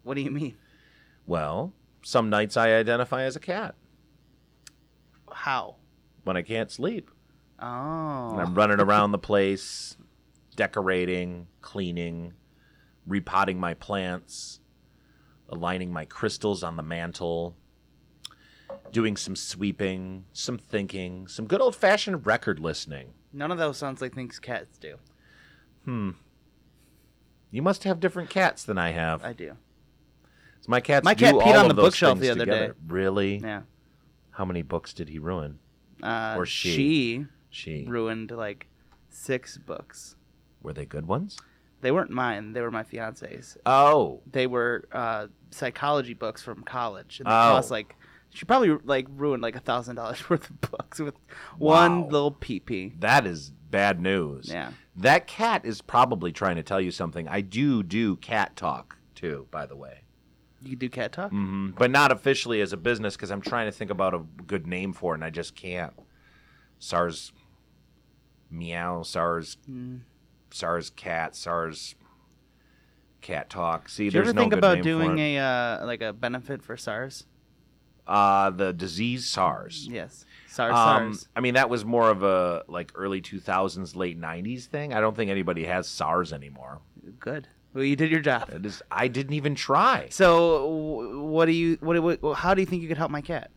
[SPEAKER 2] What do you mean?
[SPEAKER 3] Well, some nights I identify as a cat
[SPEAKER 2] How?
[SPEAKER 3] when I can't sleep.
[SPEAKER 2] Oh,
[SPEAKER 3] And I'm running around the place, decorating, cleaning, repotting my plants, aligning my crystals on the mantle, doing some sweeping, some thinking, some good old fashioned record listening.
[SPEAKER 2] none of those sounds like things cats do.
[SPEAKER 3] You must have different cats than I have.
[SPEAKER 2] I do.
[SPEAKER 3] So my cats
[SPEAKER 2] My
[SPEAKER 3] do
[SPEAKER 2] cat
[SPEAKER 3] all
[SPEAKER 2] peed on
[SPEAKER 3] of
[SPEAKER 2] the
[SPEAKER 3] those
[SPEAKER 2] bookshelf
[SPEAKER 3] things
[SPEAKER 2] the other
[SPEAKER 3] together.
[SPEAKER 2] day.
[SPEAKER 3] Really?
[SPEAKER 2] Yeah.
[SPEAKER 3] How many books did he ruin?
[SPEAKER 2] Uh,
[SPEAKER 3] Or she.
[SPEAKER 2] she
[SPEAKER 3] She.
[SPEAKER 2] ruined like six books.
[SPEAKER 3] Were they good ones?
[SPEAKER 2] They weren't mine. They were my fiance's.
[SPEAKER 3] Oh.
[SPEAKER 2] they were uh, psychology books from college, and they
[SPEAKER 3] Oh.
[SPEAKER 2] cost like she probably like ruined like a thousand dollars worth of books with
[SPEAKER 3] Wow.
[SPEAKER 2] one little pee pee.
[SPEAKER 3] That is bad news.
[SPEAKER 2] Yeah.
[SPEAKER 3] That cat is probably trying to tell you something. I do do cat talk too, by the way.
[SPEAKER 2] You do cat talk.
[SPEAKER 3] hmm But not officially as a business because I'm trying to think about a good name for it and I just can't. SARS meow, SARS,
[SPEAKER 2] Mm.
[SPEAKER 3] SARS cat, SARS cat talk. See,
[SPEAKER 2] Did you
[SPEAKER 3] there's
[SPEAKER 2] ever
[SPEAKER 3] no
[SPEAKER 2] think
[SPEAKER 3] good
[SPEAKER 2] about
[SPEAKER 3] name
[SPEAKER 2] doing
[SPEAKER 3] for it.
[SPEAKER 2] a uh, like a benefit for SARS?
[SPEAKER 3] uh, the disease SARS.
[SPEAKER 2] Yes, SARS.
[SPEAKER 3] Um,
[SPEAKER 2] SARS.
[SPEAKER 3] I mean, that was more of a like early 2000s, late 90s thing. I don't think anybody has SARS anymore.
[SPEAKER 2] Good. Well, you did your job.
[SPEAKER 3] It is, I didn't even try.
[SPEAKER 2] So, wh- what do you? What, what? How do you think you could help my cat?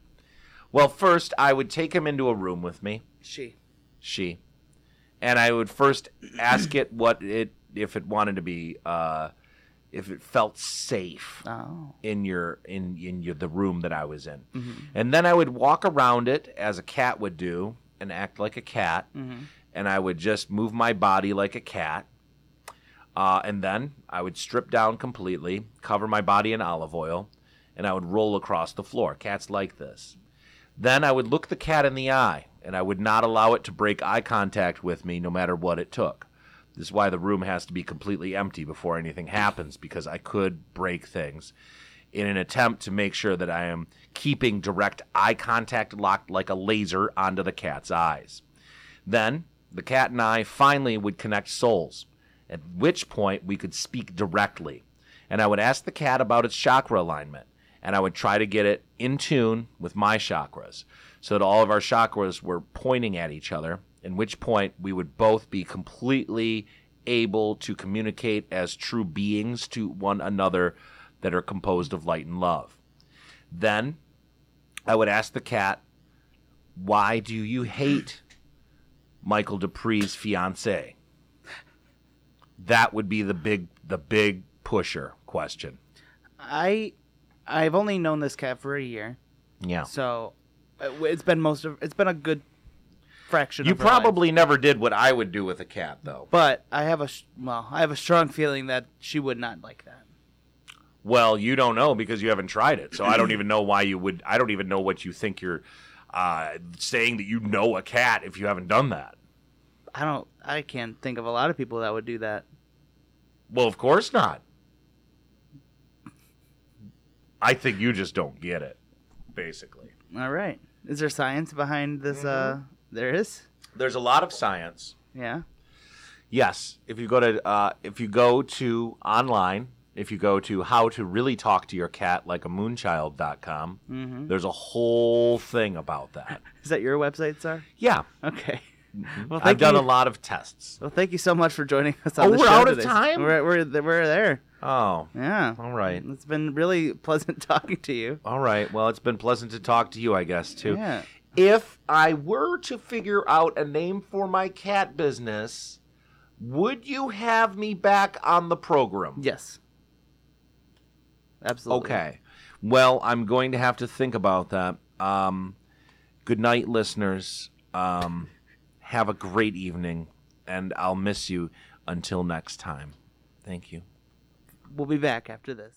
[SPEAKER 3] Well, first, I would take him into a room with me,
[SPEAKER 2] She.
[SPEAKER 3] she, and I would first ask it what it, if it wanted to be, uh, if it felt safe.
[SPEAKER 2] Oh.
[SPEAKER 3] in your in in your the room that I was in, and then I would walk around it as a cat would do and act like a cat, and I would just move my body like a cat, uh, and then I would strip down completely, cover my body in olive oil, and I would roll across the floor. Cats like this. Then I would look the cat in the eye, and I would not allow it to break eye contact with me, no matter what it took. This is why the room has to be completely empty before anything happens, because I could break things in an attempt to make sure that I am keeping direct eye contact locked like a laser onto the cat's eyes. Then the cat and I finally would connect souls, at which point we could speak directly. And I would ask the cat about its chakra alignment, and I would try to get it in tune with my chakras so that all of our chakras were pointing at each other, at which point we would both be completely able to communicate as true beings to one another that are composed of light and love. Then I would ask the cat, Why do you hate Michael Dupree's fiance? That would be the big the big pusher question.
[SPEAKER 2] I, I've only known this cat for a year,
[SPEAKER 3] Yeah.
[SPEAKER 2] so uh, it's been most of. It's been a good fraction.
[SPEAKER 3] You
[SPEAKER 2] of her life.
[SPEAKER 3] probably never did what I would do with a cat though.
[SPEAKER 2] But I have a sh- well, I have a strong feeling that she would not like that.
[SPEAKER 3] Well, you don't know because you haven't tried it. So I don't even know why you would I don't even know what you think you're uh, saying that you know a cat if you haven't done that.
[SPEAKER 2] I don't. I can't think of a lot of people that would do that.
[SPEAKER 3] Well, of course not. I think you just don't get it, basically.
[SPEAKER 2] All right. Is there science behind this? Uh,
[SPEAKER 3] Mm-hmm.
[SPEAKER 2] there is.
[SPEAKER 3] There's a lot of science.
[SPEAKER 2] Yeah.
[SPEAKER 3] Yes, if you go to uh, if you go to online, if you go to how to really talk to your cat like a moonchild.com,
[SPEAKER 2] Mm-hmm.
[SPEAKER 3] there's a whole thing about that.
[SPEAKER 2] Is that your website, sir?
[SPEAKER 3] Yeah,
[SPEAKER 2] Okay. Well,
[SPEAKER 3] I've
[SPEAKER 2] thank
[SPEAKER 3] done
[SPEAKER 2] you.
[SPEAKER 3] a lot of tests.
[SPEAKER 2] Well, thank you so much for joining us on
[SPEAKER 3] Oh,
[SPEAKER 2] the
[SPEAKER 3] we're
[SPEAKER 2] show
[SPEAKER 3] out of
[SPEAKER 2] today.
[SPEAKER 3] time?
[SPEAKER 2] We're, we're th- we're there.
[SPEAKER 3] Oh,
[SPEAKER 2] Yeah.
[SPEAKER 3] all right.
[SPEAKER 2] It's been really pleasant talking to you.
[SPEAKER 3] All right. Well, it's been pleasant to talk to you, I guess, too.
[SPEAKER 2] Yeah.
[SPEAKER 3] If I were to figure out a name for my cat business, would you have me back on the program?
[SPEAKER 2] Yes. Absolutely.
[SPEAKER 3] Okay. Well, I'm going to have to think about that. Um, good night, listeners. Um, have a great evening, and I'll miss you until next time. Thank you.
[SPEAKER 2] We'll be back after this.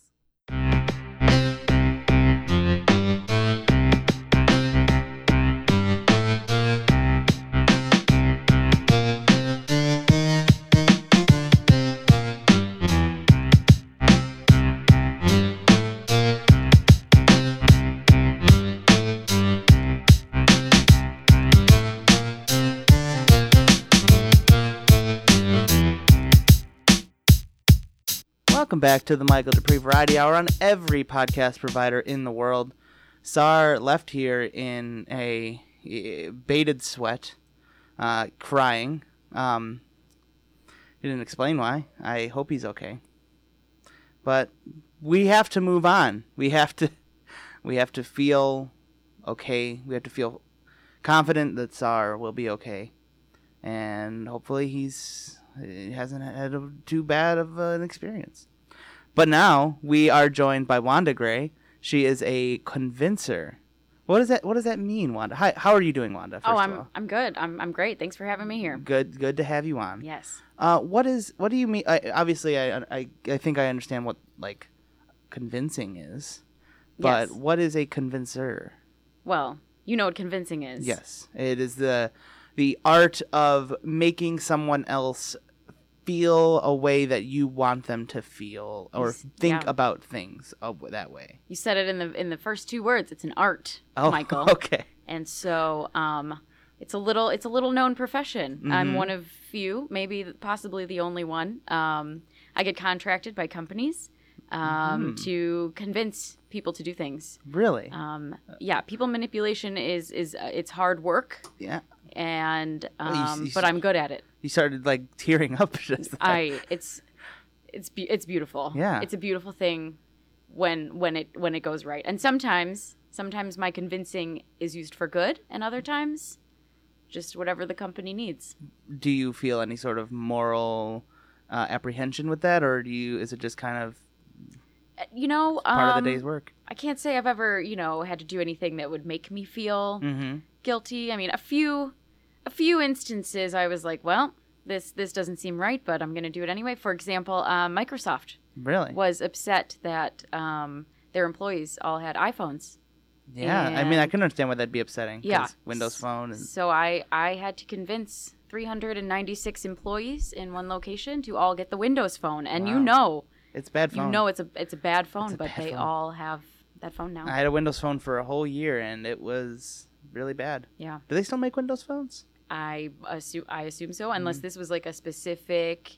[SPEAKER 2] Welcome back to the Michael Dupree Variety Hour on every podcast provider in the world. Sar left here in a eh, bated sweat, uh, crying. Um, he didn't explain why. I hope he's okay. But we have to move on. We have to, we have to feel okay. We have to feel confident that Sar will be okay, and hopefully he's he hasn't had a, too bad of an experience. But now we are joined by Wanda Gray. She is a convincer. What does that What does that mean, Wanda? Hi, how are you doing, Wanda? First
[SPEAKER 4] Oh,
[SPEAKER 2] of all?
[SPEAKER 4] I'm I'm good. I'm I'm great. Thanks for having me here.
[SPEAKER 2] good. Good to have you on.
[SPEAKER 4] Yes.
[SPEAKER 2] Uh, what is what do you mean? I, obviously, I, I I think I understand what like convincing is, but
[SPEAKER 4] Yes.
[SPEAKER 2] what is a convincer?
[SPEAKER 4] Well, you know what convincing is.
[SPEAKER 2] Yes, it is the the art of making someone else feel a way that you want them to feel or
[SPEAKER 4] Yes,
[SPEAKER 2] think
[SPEAKER 4] yeah.
[SPEAKER 2] about things uh, that way.
[SPEAKER 4] You said it in the in the first two words. It's an art,
[SPEAKER 2] Oh,
[SPEAKER 4] Michael.
[SPEAKER 2] Okay.
[SPEAKER 4] And so um it's a little it's a little known profession.
[SPEAKER 2] Mm-hmm.
[SPEAKER 4] I'm one of few, maybe possibly the only one. Um, I get contracted by companies um,
[SPEAKER 2] Mm-hmm.
[SPEAKER 4] to convince people to do things.
[SPEAKER 2] Really?
[SPEAKER 4] Um, yeah, people manipulation is is uh, it's hard work,
[SPEAKER 2] yeah.
[SPEAKER 4] and um,
[SPEAKER 2] you s- you
[SPEAKER 4] but
[SPEAKER 2] s-
[SPEAKER 4] I'm good at it.
[SPEAKER 2] You started like tearing up. just then.
[SPEAKER 4] I it's it's be- it's beautiful.
[SPEAKER 2] Yeah.
[SPEAKER 4] it's a beautiful thing when when it when it goes right. And sometimes sometimes my convincing is used for good, and other times just whatever the company needs.
[SPEAKER 2] do you feel any sort of moral uh, apprehension with that, or do you? Is it just kind of
[SPEAKER 4] Uh, You know, um,
[SPEAKER 2] part of the day's work?
[SPEAKER 4] I can't say I've ever you know had to do anything that would make me feel
[SPEAKER 2] Mm-hmm.
[SPEAKER 4] guilty. I mean, a few a few instances I was like, well. This, this doesn't seem right, but I'm going to do it anyway. For example, uh, Microsoft
[SPEAKER 2] Really?
[SPEAKER 4] was upset that um, their employees all had iPhones.
[SPEAKER 2] yeah. I mean, I
[SPEAKER 4] and-
[SPEAKER 2] can understand why that'd be upsetting. 'cause
[SPEAKER 4] Yeah.
[SPEAKER 2] Windows Phone and
[SPEAKER 4] So I I had to convince 396 employees in one location to all get the Windows phone, and you
[SPEAKER 2] Wow.
[SPEAKER 4] know,
[SPEAKER 2] it's bad phone.
[SPEAKER 4] you know it's a it's a bad phone,
[SPEAKER 2] It's a
[SPEAKER 4] but
[SPEAKER 2] bad
[SPEAKER 4] they
[SPEAKER 2] phone.
[SPEAKER 4] all have that phone now.
[SPEAKER 2] I had a Windows Phone for a whole year, and it was really bad.
[SPEAKER 4] yeah,
[SPEAKER 2] Do they still make Windows phones?
[SPEAKER 4] I assume I assume so, unless
[SPEAKER 2] Mm.
[SPEAKER 4] this was like a specific.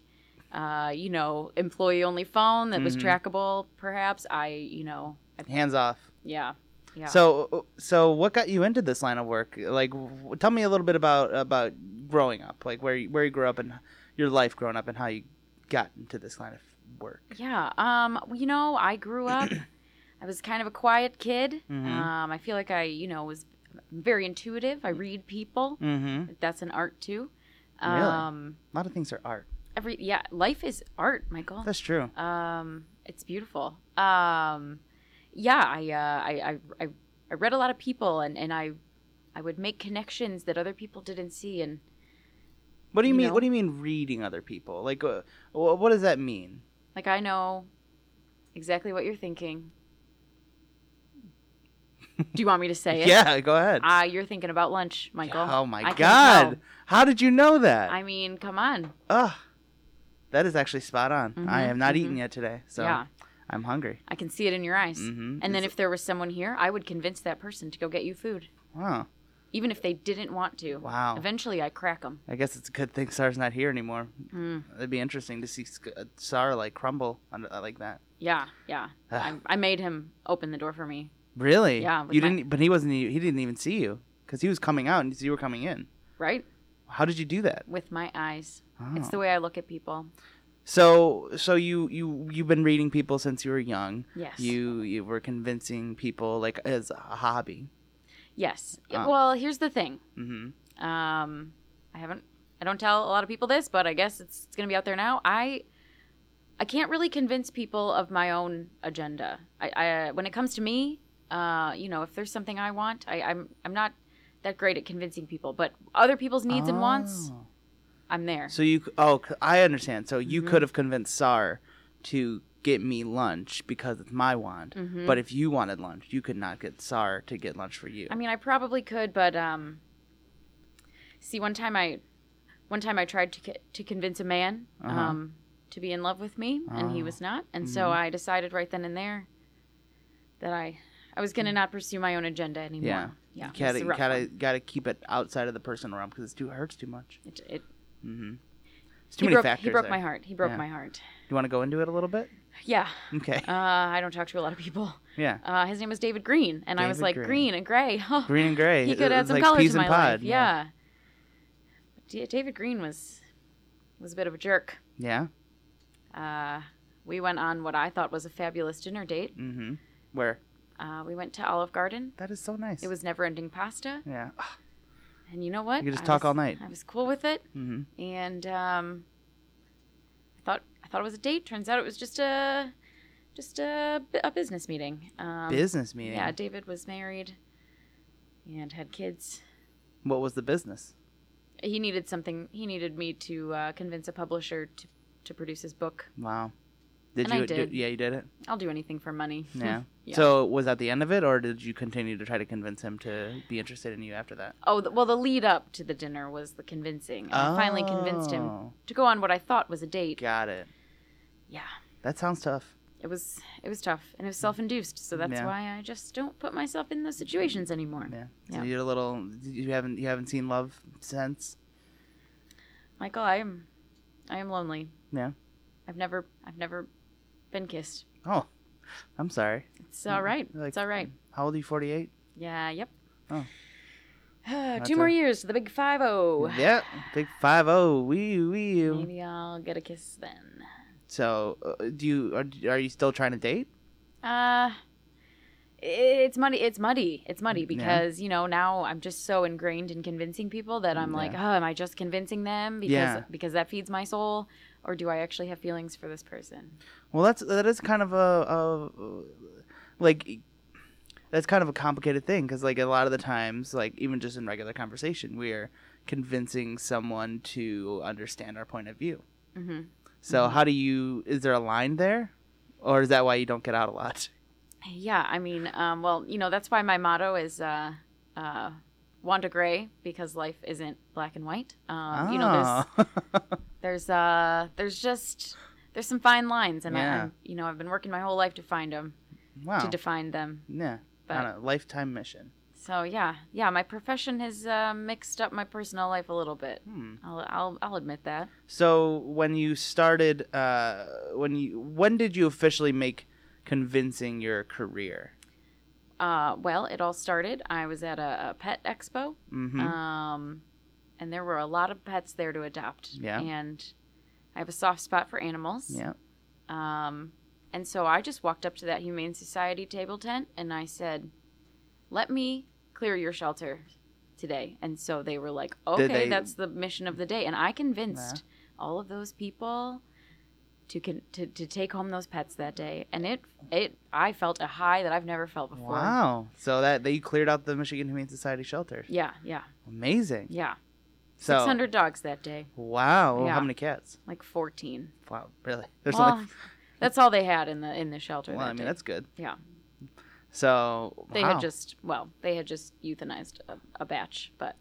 [SPEAKER 4] Uh, you know, employee only phone that
[SPEAKER 2] Mm-hmm.
[SPEAKER 4] was trackable, perhaps. I, you know, I,
[SPEAKER 2] Hands off.
[SPEAKER 4] yeah, yeah.
[SPEAKER 2] So, uh, so what got you into this line of work? Like, w- tell me a little bit about about growing up, like where you, where you grew up and your life growing up, and how you got into this line of work.
[SPEAKER 4] Yeah. Um. well, You know, I grew up. I was kind of a quiet kid.
[SPEAKER 2] Mhm.
[SPEAKER 4] Um. I feel like I, you know, was very intuitive.
[SPEAKER 2] Mm.
[SPEAKER 4] I read people.
[SPEAKER 2] Mm-hmm.
[SPEAKER 4] That's an art too.
[SPEAKER 2] Really?
[SPEAKER 4] Um.
[SPEAKER 2] A lot of things are art.
[SPEAKER 4] Every yeah, life is art, Michael.
[SPEAKER 2] That's true.
[SPEAKER 4] Um. It's beautiful. Um. Yeah. I. Uh, I. I. I. I read a lot of people, and and I, I would make connections that other people didn't see, and
[SPEAKER 2] What do you,
[SPEAKER 4] you
[SPEAKER 2] mean?
[SPEAKER 4] know?
[SPEAKER 2] What do you mean reading other people? Like, uh, wh- what does that mean?
[SPEAKER 4] like I know exactly what you're thinking. Do you want me to say it?
[SPEAKER 2] Yeah, go ahead.
[SPEAKER 4] Ah, you're thinking about lunch, Michael.
[SPEAKER 2] oh my
[SPEAKER 4] I can't
[SPEAKER 2] god!
[SPEAKER 4] tell.
[SPEAKER 2] How did you know that?
[SPEAKER 4] I mean, come on.
[SPEAKER 2] Ugh, that is actually spot on. I have not eaten yet today, so
[SPEAKER 4] Mm-hmm, Yeah.
[SPEAKER 2] I'm hungry.
[SPEAKER 4] I can see it in your eyes.
[SPEAKER 2] Mhm.
[SPEAKER 4] And then if there was someone here, I would convince that person to go get you food,
[SPEAKER 2] Wow.
[SPEAKER 4] even if they didn't want to.
[SPEAKER 2] Wow.
[SPEAKER 4] Eventually, I crack Mm. them.
[SPEAKER 2] I guess it's a good thing Sar's not here anymore. It'd be interesting to see Sc- uh, Sar like crumble under, uh, like that.
[SPEAKER 4] Yeah, yeah. I, I made him open the door for me.
[SPEAKER 2] Really?
[SPEAKER 4] Yeah, with
[SPEAKER 2] You
[SPEAKER 4] my-
[SPEAKER 2] didn't, but he wasn't. e- He didn't even see you because he was coming out and you were coming in.
[SPEAKER 4] Right?
[SPEAKER 2] How did you do that?
[SPEAKER 4] With my eyes. It's
[SPEAKER 2] Oh.
[SPEAKER 4] the way I look at people.
[SPEAKER 2] So, so you you you've been reading people since you were young.
[SPEAKER 4] Yes.
[SPEAKER 2] You you were convincing people like as a hobby.
[SPEAKER 4] Yes.
[SPEAKER 2] Ah.
[SPEAKER 4] Well, here's the thing.
[SPEAKER 2] hmm
[SPEAKER 4] um, I haven't I don't tell a lot of people this, but I guess it's, it's going to be out there now. I I can't really convince people of my own agenda. I, I when it comes to me, uh, you know, if there's something I want, I, I'm I'm not that great at convincing people, but other people's needs and wants,
[SPEAKER 2] Oh.
[SPEAKER 4] I'm there.
[SPEAKER 2] So you c- oh c- I understand. So
[SPEAKER 4] Mm-hmm.
[SPEAKER 2] you could have convinced Sar to get me lunch because it's my want.
[SPEAKER 4] Mm-hmm.
[SPEAKER 2] But if you wanted lunch, you could not get Sar to get lunch for you.
[SPEAKER 4] I mean, I probably could, but um, see, one time I, one time I tried to co- to convince a man
[SPEAKER 2] Uh-huh.
[SPEAKER 4] um, to be in love with me, and
[SPEAKER 2] Ah.
[SPEAKER 4] he was not, and so
[SPEAKER 2] Mm-hmm.
[SPEAKER 4] I decided right then and there that I, I was gonna not pursue my own agenda anymore.
[SPEAKER 2] Mm. yeah.
[SPEAKER 4] yeah.
[SPEAKER 2] You
[SPEAKER 4] it's
[SPEAKER 2] gotta
[SPEAKER 4] a
[SPEAKER 2] you
[SPEAKER 4] rough
[SPEAKER 2] gotta
[SPEAKER 4] one.
[SPEAKER 2] gotta keep it outside of the personal realm because it too hurts too much. Mm-hmm.
[SPEAKER 4] It, it,
[SPEAKER 2] It's too
[SPEAKER 4] he
[SPEAKER 2] many
[SPEAKER 4] broke,
[SPEAKER 2] factors.
[SPEAKER 4] he broke
[SPEAKER 2] there.
[SPEAKER 4] my heart. He broke
[SPEAKER 2] Yeah.
[SPEAKER 4] my heart.
[SPEAKER 2] You want to go into it a little bit?
[SPEAKER 4] Yeah.
[SPEAKER 2] Okay.
[SPEAKER 4] Uh, I don't talk to a lot of people.
[SPEAKER 2] yeah.
[SPEAKER 4] Uh, his name was David Green, and I was
[SPEAKER 2] David
[SPEAKER 4] like
[SPEAKER 2] Green.
[SPEAKER 4] Green, and Gray. Oh,
[SPEAKER 2] Green and gray.
[SPEAKER 4] He could
[SPEAKER 2] It was
[SPEAKER 4] add some
[SPEAKER 2] like
[SPEAKER 4] color
[SPEAKER 2] peas
[SPEAKER 4] to
[SPEAKER 2] and
[SPEAKER 4] my
[SPEAKER 2] pod,
[SPEAKER 4] life. Yeah. D- David Green was was a bit of a jerk.
[SPEAKER 2] Yeah.
[SPEAKER 4] Uh, we went on what I thought was a fabulous dinner date.
[SPEAKER 2] Mm-hmm. Where?
[SPEAKER 4] Uh, we went to Olive Garden.
[SPEAKER 2] That is so nice.
[SPEAKER 4] It was Um, never ending pasta.
[SPEAKER 2] Yeah.
[SPEAKER 4] And you know what?
[SPEAKER 2] You could just
[SPEAKER 4] I
[SPEAKER 2] talk
[SPEAKER 4] was-
[SPEAKER 2] all night.
[SPEAKER 4] I was cool with it.
[SPEAKER 2] Mhm.
[SPEAKER 4] And um, I thought I thought it was a date. Turns out it was just a just a, bu- a business meeting. Um,
[SPEAKER 2] business meeting.
[SPEAKER 4] Yeah, David was married and had kids.
[SPEAKER 2] What was the business?
[SPEAKER 4] He needed something. He needed me to uh, convince a publisher to to produce his book.
[SPEAKER 2] Wow. Did
[SPEAKER 4] And I
[SPEAKER 2] you? do-
[SPEAKER 4] did.
[SPEAKER 2] yeah, you did it.
[SPEAKER 4] I'll do anything for money.
[SPEAKER 2] Yeah.
[SPEAKER 4] Yeah.
[SPEAKER 2] So was that the end of it, or did you continue to try to convince him to be interested in you after that?
[SPEAKER 4] Oh, the, well, the lead up to the dinner was the convincing. And I finally convinced him
[SPEAKER 2] Oh.
[SPEAKER 4] to go on what I thought was a date.
[SPEAKER 2] Got it.
[SPEAKER 4] Yeah.
[SPEAKER 2] That sounds tough.
[SPEAKER 4] it was it was tough and it was self-induced so that's
[SPEAKER 2] Yeah.
[SPEAKER 4] why i just don't put myself in those situations anymore
[SPEAKER 2] Yeah.
[SPEAKER 4] Yeah.
[SPEAKER 2] So you're a little. You haven't you haven't seen love since.
[SPEAKER 4] michael oh, i am i am lonely
[SPEAKER 2] Yeah.
[SPEAKER 4] i've never i've never been kissed
[SPEAKER 2] Oh, I'm sorry.
[SPEAKER 4] it's all right
[SPEAKER 2] Mm. Like-
[SPEAKER 4] it's all right
[SPEAKER 2] How old are you? 48.
[SPEAKER 4] yeah yep
[SPEAKER 2] Oh.
[SPEAKER 4] two more
[SPEAKER 2] a-
[SPEAKER 4] years to the big five zero.
[SPEAKER 2] Yep. Big five zero. Wee wee. you.
[SPEAKER 4] Maybe I'll get a kiss then.
[SPEAKER 2] So, uh, do you are, are you still trying to date?
[SPEAKER 4] Uh i- it's muddy. It's muddy. It's muddy
[SPEAKER 2] Mm,
[SPEAKER 4] because you know now I'm just so ingrained in convincing people that I'm like, oh, am I just convincing them because
[SPEAKER 2] Yeah.
[SPEAKER 4] because that feeds my soul, or do I actually have feelings for this person?
[SPEAKER 2] Well, that's that is kind of a, a like that's kind of a complicated thing because like a lot of the times, like even just in regular conversation, we're convincing someone to understand our point of view.
[SPEAKER 4] Mhm.
[SPEAKER 2] So, how do you? Is there a line there, or is that why you don't get out a lot?
[SPEAKER 4] Yeah, I mean, um, well, you know that's why my motto is uh, uh, Wanda Gray because life isn't black and white. Um, You know,
[SPEAKER 2] Ah.
[SPEAKER 4] there's there's uh there's just there's some fine lines and I,
[SPEAKER 2] Yeah.
[SPEAKER 4] I'm, you know i've been working my whole life to find them
[SPEAKER 2] wow.
[SPEAKER 4] to define them
[SPEAKER 2] yeah, on
[SPEAKER 4] but
[SPEAKER 2] a lifetime mission.
[SPEAKER 4] so yeah yeah my profession has uh, mixed up my personal life a little bit
[SPEAKER 2] Hmm.
[SPEAKER 4] I'll, I'll i'll admit that
[SPEAKER 2] So when you started, uh, when you when did you officially make convincing your career?
[SPEAKER 4] uh well it all started i was at a, a pet expo
[SPEAKER 2] Mm-hmm.
[SPEAKER 4] um and there were a lot of pets there to adopt
[SPEAKER 2] Yeah.
[SPEAKER 4] and i have a soft spot for animals
[SPEAKER 2] yeah.
[SPEAKER 4] Um, and so I just walked up to that Humane Society table tent and I said, Let me clear your shelter today. And so they were like, Okay,
[SPEAKER 2] they-
[SPEAKER 4] that's the mission of the day. And I convinced all of those people. To, con- to, to take home those pets that day and it it I felt a high that I've never felt before.
[SPEAKER 2] Wow. So that that you cleared out the Michigan Humane Society shelter.
[SPEAKER 4] Yeah, yeah,
[SPEAKER 2] Amazing.
[SPEAKER 4] yeah.
[SPEAKER 2] So
[SPEAKER 4] Six hundred dogs that day,
[SPEAKER 2] Wow.
[SPEAKER 4] Yeah.
[SPEAKER 2] How many cats?
[SPEAKER 4] like fourteen.
[SPEAKER 2] Wow. Really? There's
[SPEAKER 4] well,
[SPEAKER 2] only.
[SPEAKER 4] that's all they had in the in the shelter.
[SPEAKER 2] Well, I
[SPEAKER 4] that
[SPEAKER 2] mean
[SPEAKER 4] day.
[SPEAKER 2] that's good.
[SPEAKER 4] yeah.
[SPEAKER 2] So
[SPEAKER 4] They
[SPEAKER 2] wow.
[SPEAKER 4] had just well, they had just euthanized a, a batch, but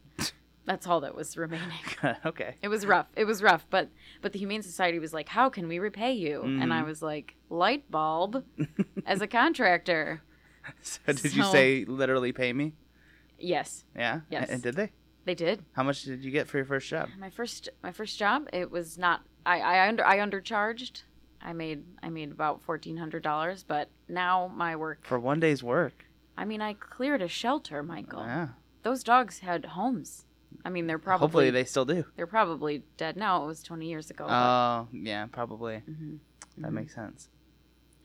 [SPEAKER 4] that's all that was remaining.
[SPEAKER 2] okay.
[SPEAKER 4] It was rough. It was rough, but but the Humane Society was like, "How can we repay you?" And
[SPEAKER 2] Mm.
[SPEAKER 4] I was like, "Light bulb as a contractor."
[SPEAKER 2] So did you
[SPEAKER 4] So-
[SPEAKER 2] say literally pay me?
[SPEAKER 4] Yes,
[SPEAKER 2] Yeah.
[SPEAKER 4] Yes.
[SPEAKER 2] And did they?
[SPEAKER 4] they did.
[SPEAKER 2] How much did you get for your first job?
[SPEAKER 4] My first my first job, it was not I I under I undercharged. I made I made about $1400, but now my work
[SPEAKER 2] For one day's work.
[SPEAKER 4] I mean, I cleared a shelter, Michael.
[SPEAKER 2] Yeah.
[SPEAKER 4] Those dogs had homes. I mean, they're probably
[SPEAKER 2] Hopefully they still do.
[SPEAKER 4] They're probably dead now. It was 20 years ago.
[SPEAKER 2] Oh,
[SPEAKER 4] but-
[SPEAKER 2] yeah, probably.
[SPEAKER 4] Mhm.
[SPEAKER 2] Oh. That makes sense.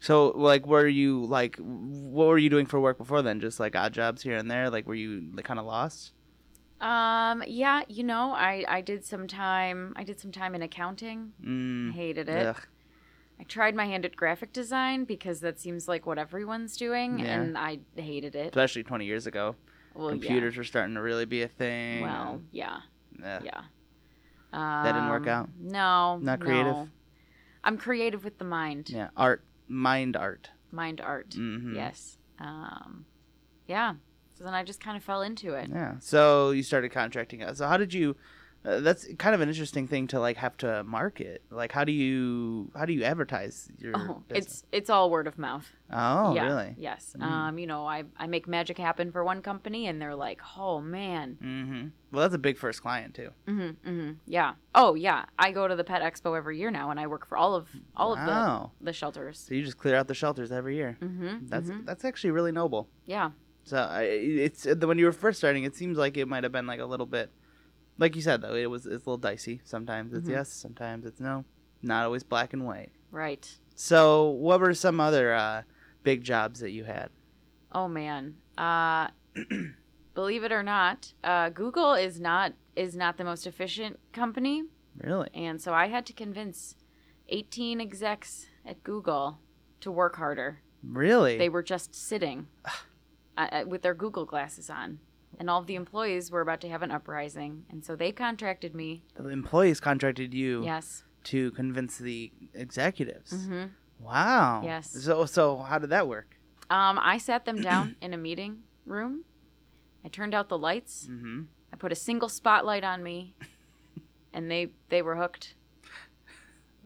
[SPEAKER 2] So, like, were you like, what were you doing for work before then? Just like odd jobs here and there. Like, were you like, kind of lost?
[SPEAKER 4] um, yeah, you know, I, I did some time. I did some time in accounting.
[SPEAKER 2] Mm.
[SPEAKER 4] Hated it.
[SPEAKER 2] Ugh.
[SPEAKER 4] I tried my hand at graphic design because that seems like what everyone's doing,
[SPEAKER 2] Yeah.
[SPEAKER 4] and I hated it.
[SPEAKER 2] Especially 20 years ago,
[SPEAKER 4] well,
[SPEAKER 2] computers were starting to really be a thing. uh,
[SPEAKER 4] Yeah. Well, yeah,
[SPEAKER 2] Ugh.
[SPEAKER 4] yeah.
[SPEAKER 2] didn't work
[SPEAKER 4] Um,
[SPEAKER 2] out?
[SPEAKER 4] No,
[SPEAKER 2] Not creative?
[SPEAKER 4] no. I'm creative with the mind,
[SPEAKER 2] yeah, art, mind art.
[SPEAKER 4] mind art.
[SPEAKER 2] Mhm.
[SPEAKER 4] Yes. Um, yeah. So then I just kind of fell into it.
[SPEAKER 2] Yeah. So you started contracting out. So how did you? Uh, that's kind of an interesting thing to like have to market. Like, how do you how do you advertise your?
[SPEAKER 4] Oh,
[SPEAKER 2] business?
[SPEAKER 4] it's it's all word of mouth.
[SPEAKER 2] oh
[SPEAKER 4] yeah,
[SPEAKER 2] really?
[SPEAKER 4] Yes.
[SPEAKER 2] Mm.
[SPEAKER 4] Um, you know, I, I make magic happen for one company and they're like, oh man.
[SPEAKER 2] Mm-hmm. Well, that's a big first client too.
[SPEAKER 4] hmm hmm Yeah. Oh yeah. I go to the pet expo every year now and I work for all of all of
[SPEAKER 2] Wow.
[SPEAKER 4] the, the shelters.
[SPEAKER 2] So you just clear out the shelters every year.
[SPEAKER 4] Mm-hmm.
[SPEAKER 2] That's that's actually really noble.
[SPEAKER 4] yeah.
[SPEAKER 2] So I, it's when you were first starting, it seems like it might have been like a little bit, like you said though, it was it's a little dicey. Sometimes it's
[SPEAKER 4] Mhm.
[SPEAKER 2] yes, sometimes it's no. Not always black and white.
[SPEAKER 4] Right.
[SPEAKER 2] So what were some other uh, big jobs that you had?
[SPEAKER 4] Oh man. Uh believe it or not, uh Google is not is not the most efficient company.
[SPEAKER 2] Really?
[SPEAKER 4] And so I had to convince eighteen execs at Google to work harder.
[SPEAKER 2] Really?
[SPEAKER 4] They were just sitting uh, uh, with their Google glasses on. And all of the employees were about to have an uprising. And so they contracted me.
[SPEAKER 2] the employees contracted you
[SPEAKER 4] Yes.
[SPEAKER 2] to convince the executives.
[SPEAKER 4] hmm
[SPEAKER 2] Wow.
[SPEAKER 4] Yes.
[SPEAKER 2] So so how did that work?
[SPEAKER 4] Um, I sat them down in a meeting room. I turned out the lights.
[SPEAKER 2] Mm-hmm.
[SPEAKER 4] I put a single spotlight on me. And they, they were hooked.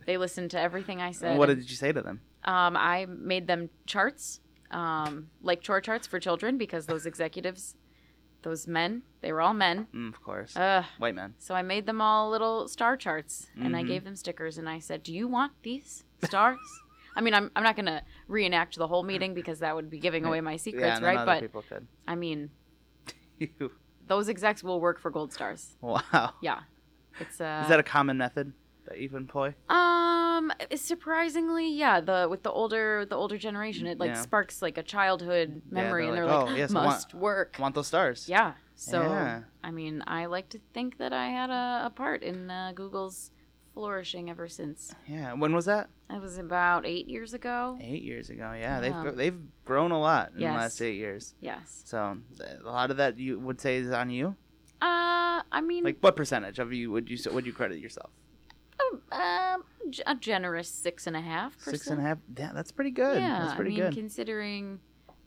[SPEAKER 4] They listened to everything I said.
[SPEAKER 2] What did you say to them?
[SPEAKER 4] Um, I made them charts, um, like chore charts for children, because those executives, those men, they were all men.
[SPEAKER 2] Mm, of course.
[SPEAKER 4] Ugh.
[SPEAKER 2] White man.
[SPEAKER 4] So I made them all little star charts and I
[SPEAKER 2] Mhm.
[SPEAKER 4] gave them stickers and I said, Do you want these stars? I mean, I'm, I'm not going to reenact the whole meeting because that would be giving away my
[SPEAKER 2] yeah,
[SPEAKER 4] secrets,
[SPEAKER 2] and then
[SPEAKER 4] right?
[SPEAKER 2] other
[SPEAKER 4] But
[SPEAKER 2] people could.
[SPEAKER 4] I mean,
[SPEAKER 2] You-
[SPEAKER 4] those execs will work for gold stars.
[SPEAKER 2] wow.
[SPEAKER 4] Yeah. It's uh,
[SPEAKER 2] Is that a common method that you employ?
[SPEAKER 4] um surprisingly yeah the with the older the older generation it like
[SPEAKER 2] Yeah.
[SPEAKER 4] sparks like a childhood
[SPEAKER 2] they're
[SPEAKER 4] memory and
[SPEAKER 2] like,
[SPEAKER 4] they're
[SPEAKER 2] "Oh,
[SPEAKER 4] like
[SPEAKER 2] yes, I want-
[SPEAKER 4] must work
[SPEAKER 2] Want those stars?
[SPEAKER 4] Yeah. So,
[SPEAKER 2] Yeah.
[SPEAKER 4] I mean, I like to think that I had a, a part in uh, Google's flourishing ever since.
[SPEAKER 2] Yeah. When was that?
[SPEAKER 4] That was about eight years ago.
[SPEAKER 2] Eight years ago. Yeah. They've
[SPEAKER 4] Wow.
[SPEAKER 2] gr- they've grown a lot in
[SPEAKER 4] Yes.
[SPEAKER 2] the last eight years.
[SPEAKER 4] Yes.
[SPEAKER 2] So th- a lot of that you would say is on you.
[SPEAKER 4] Uh, I mean,
[SPEAKER 2] Like what percentage of you would you s- would you credit yourself?
[SPEAKER 4] um, um, g- a generous six and a half percent.
[SPEAKER 2] Six and a half. Yeah, that's pretty good.
[SPEAKER 4] Yeah,
[SPEAKER 2] that's pretty
[SPEAKER 4] I mean,
[SPEAKER 2] good.
[SPEAKER 4] considering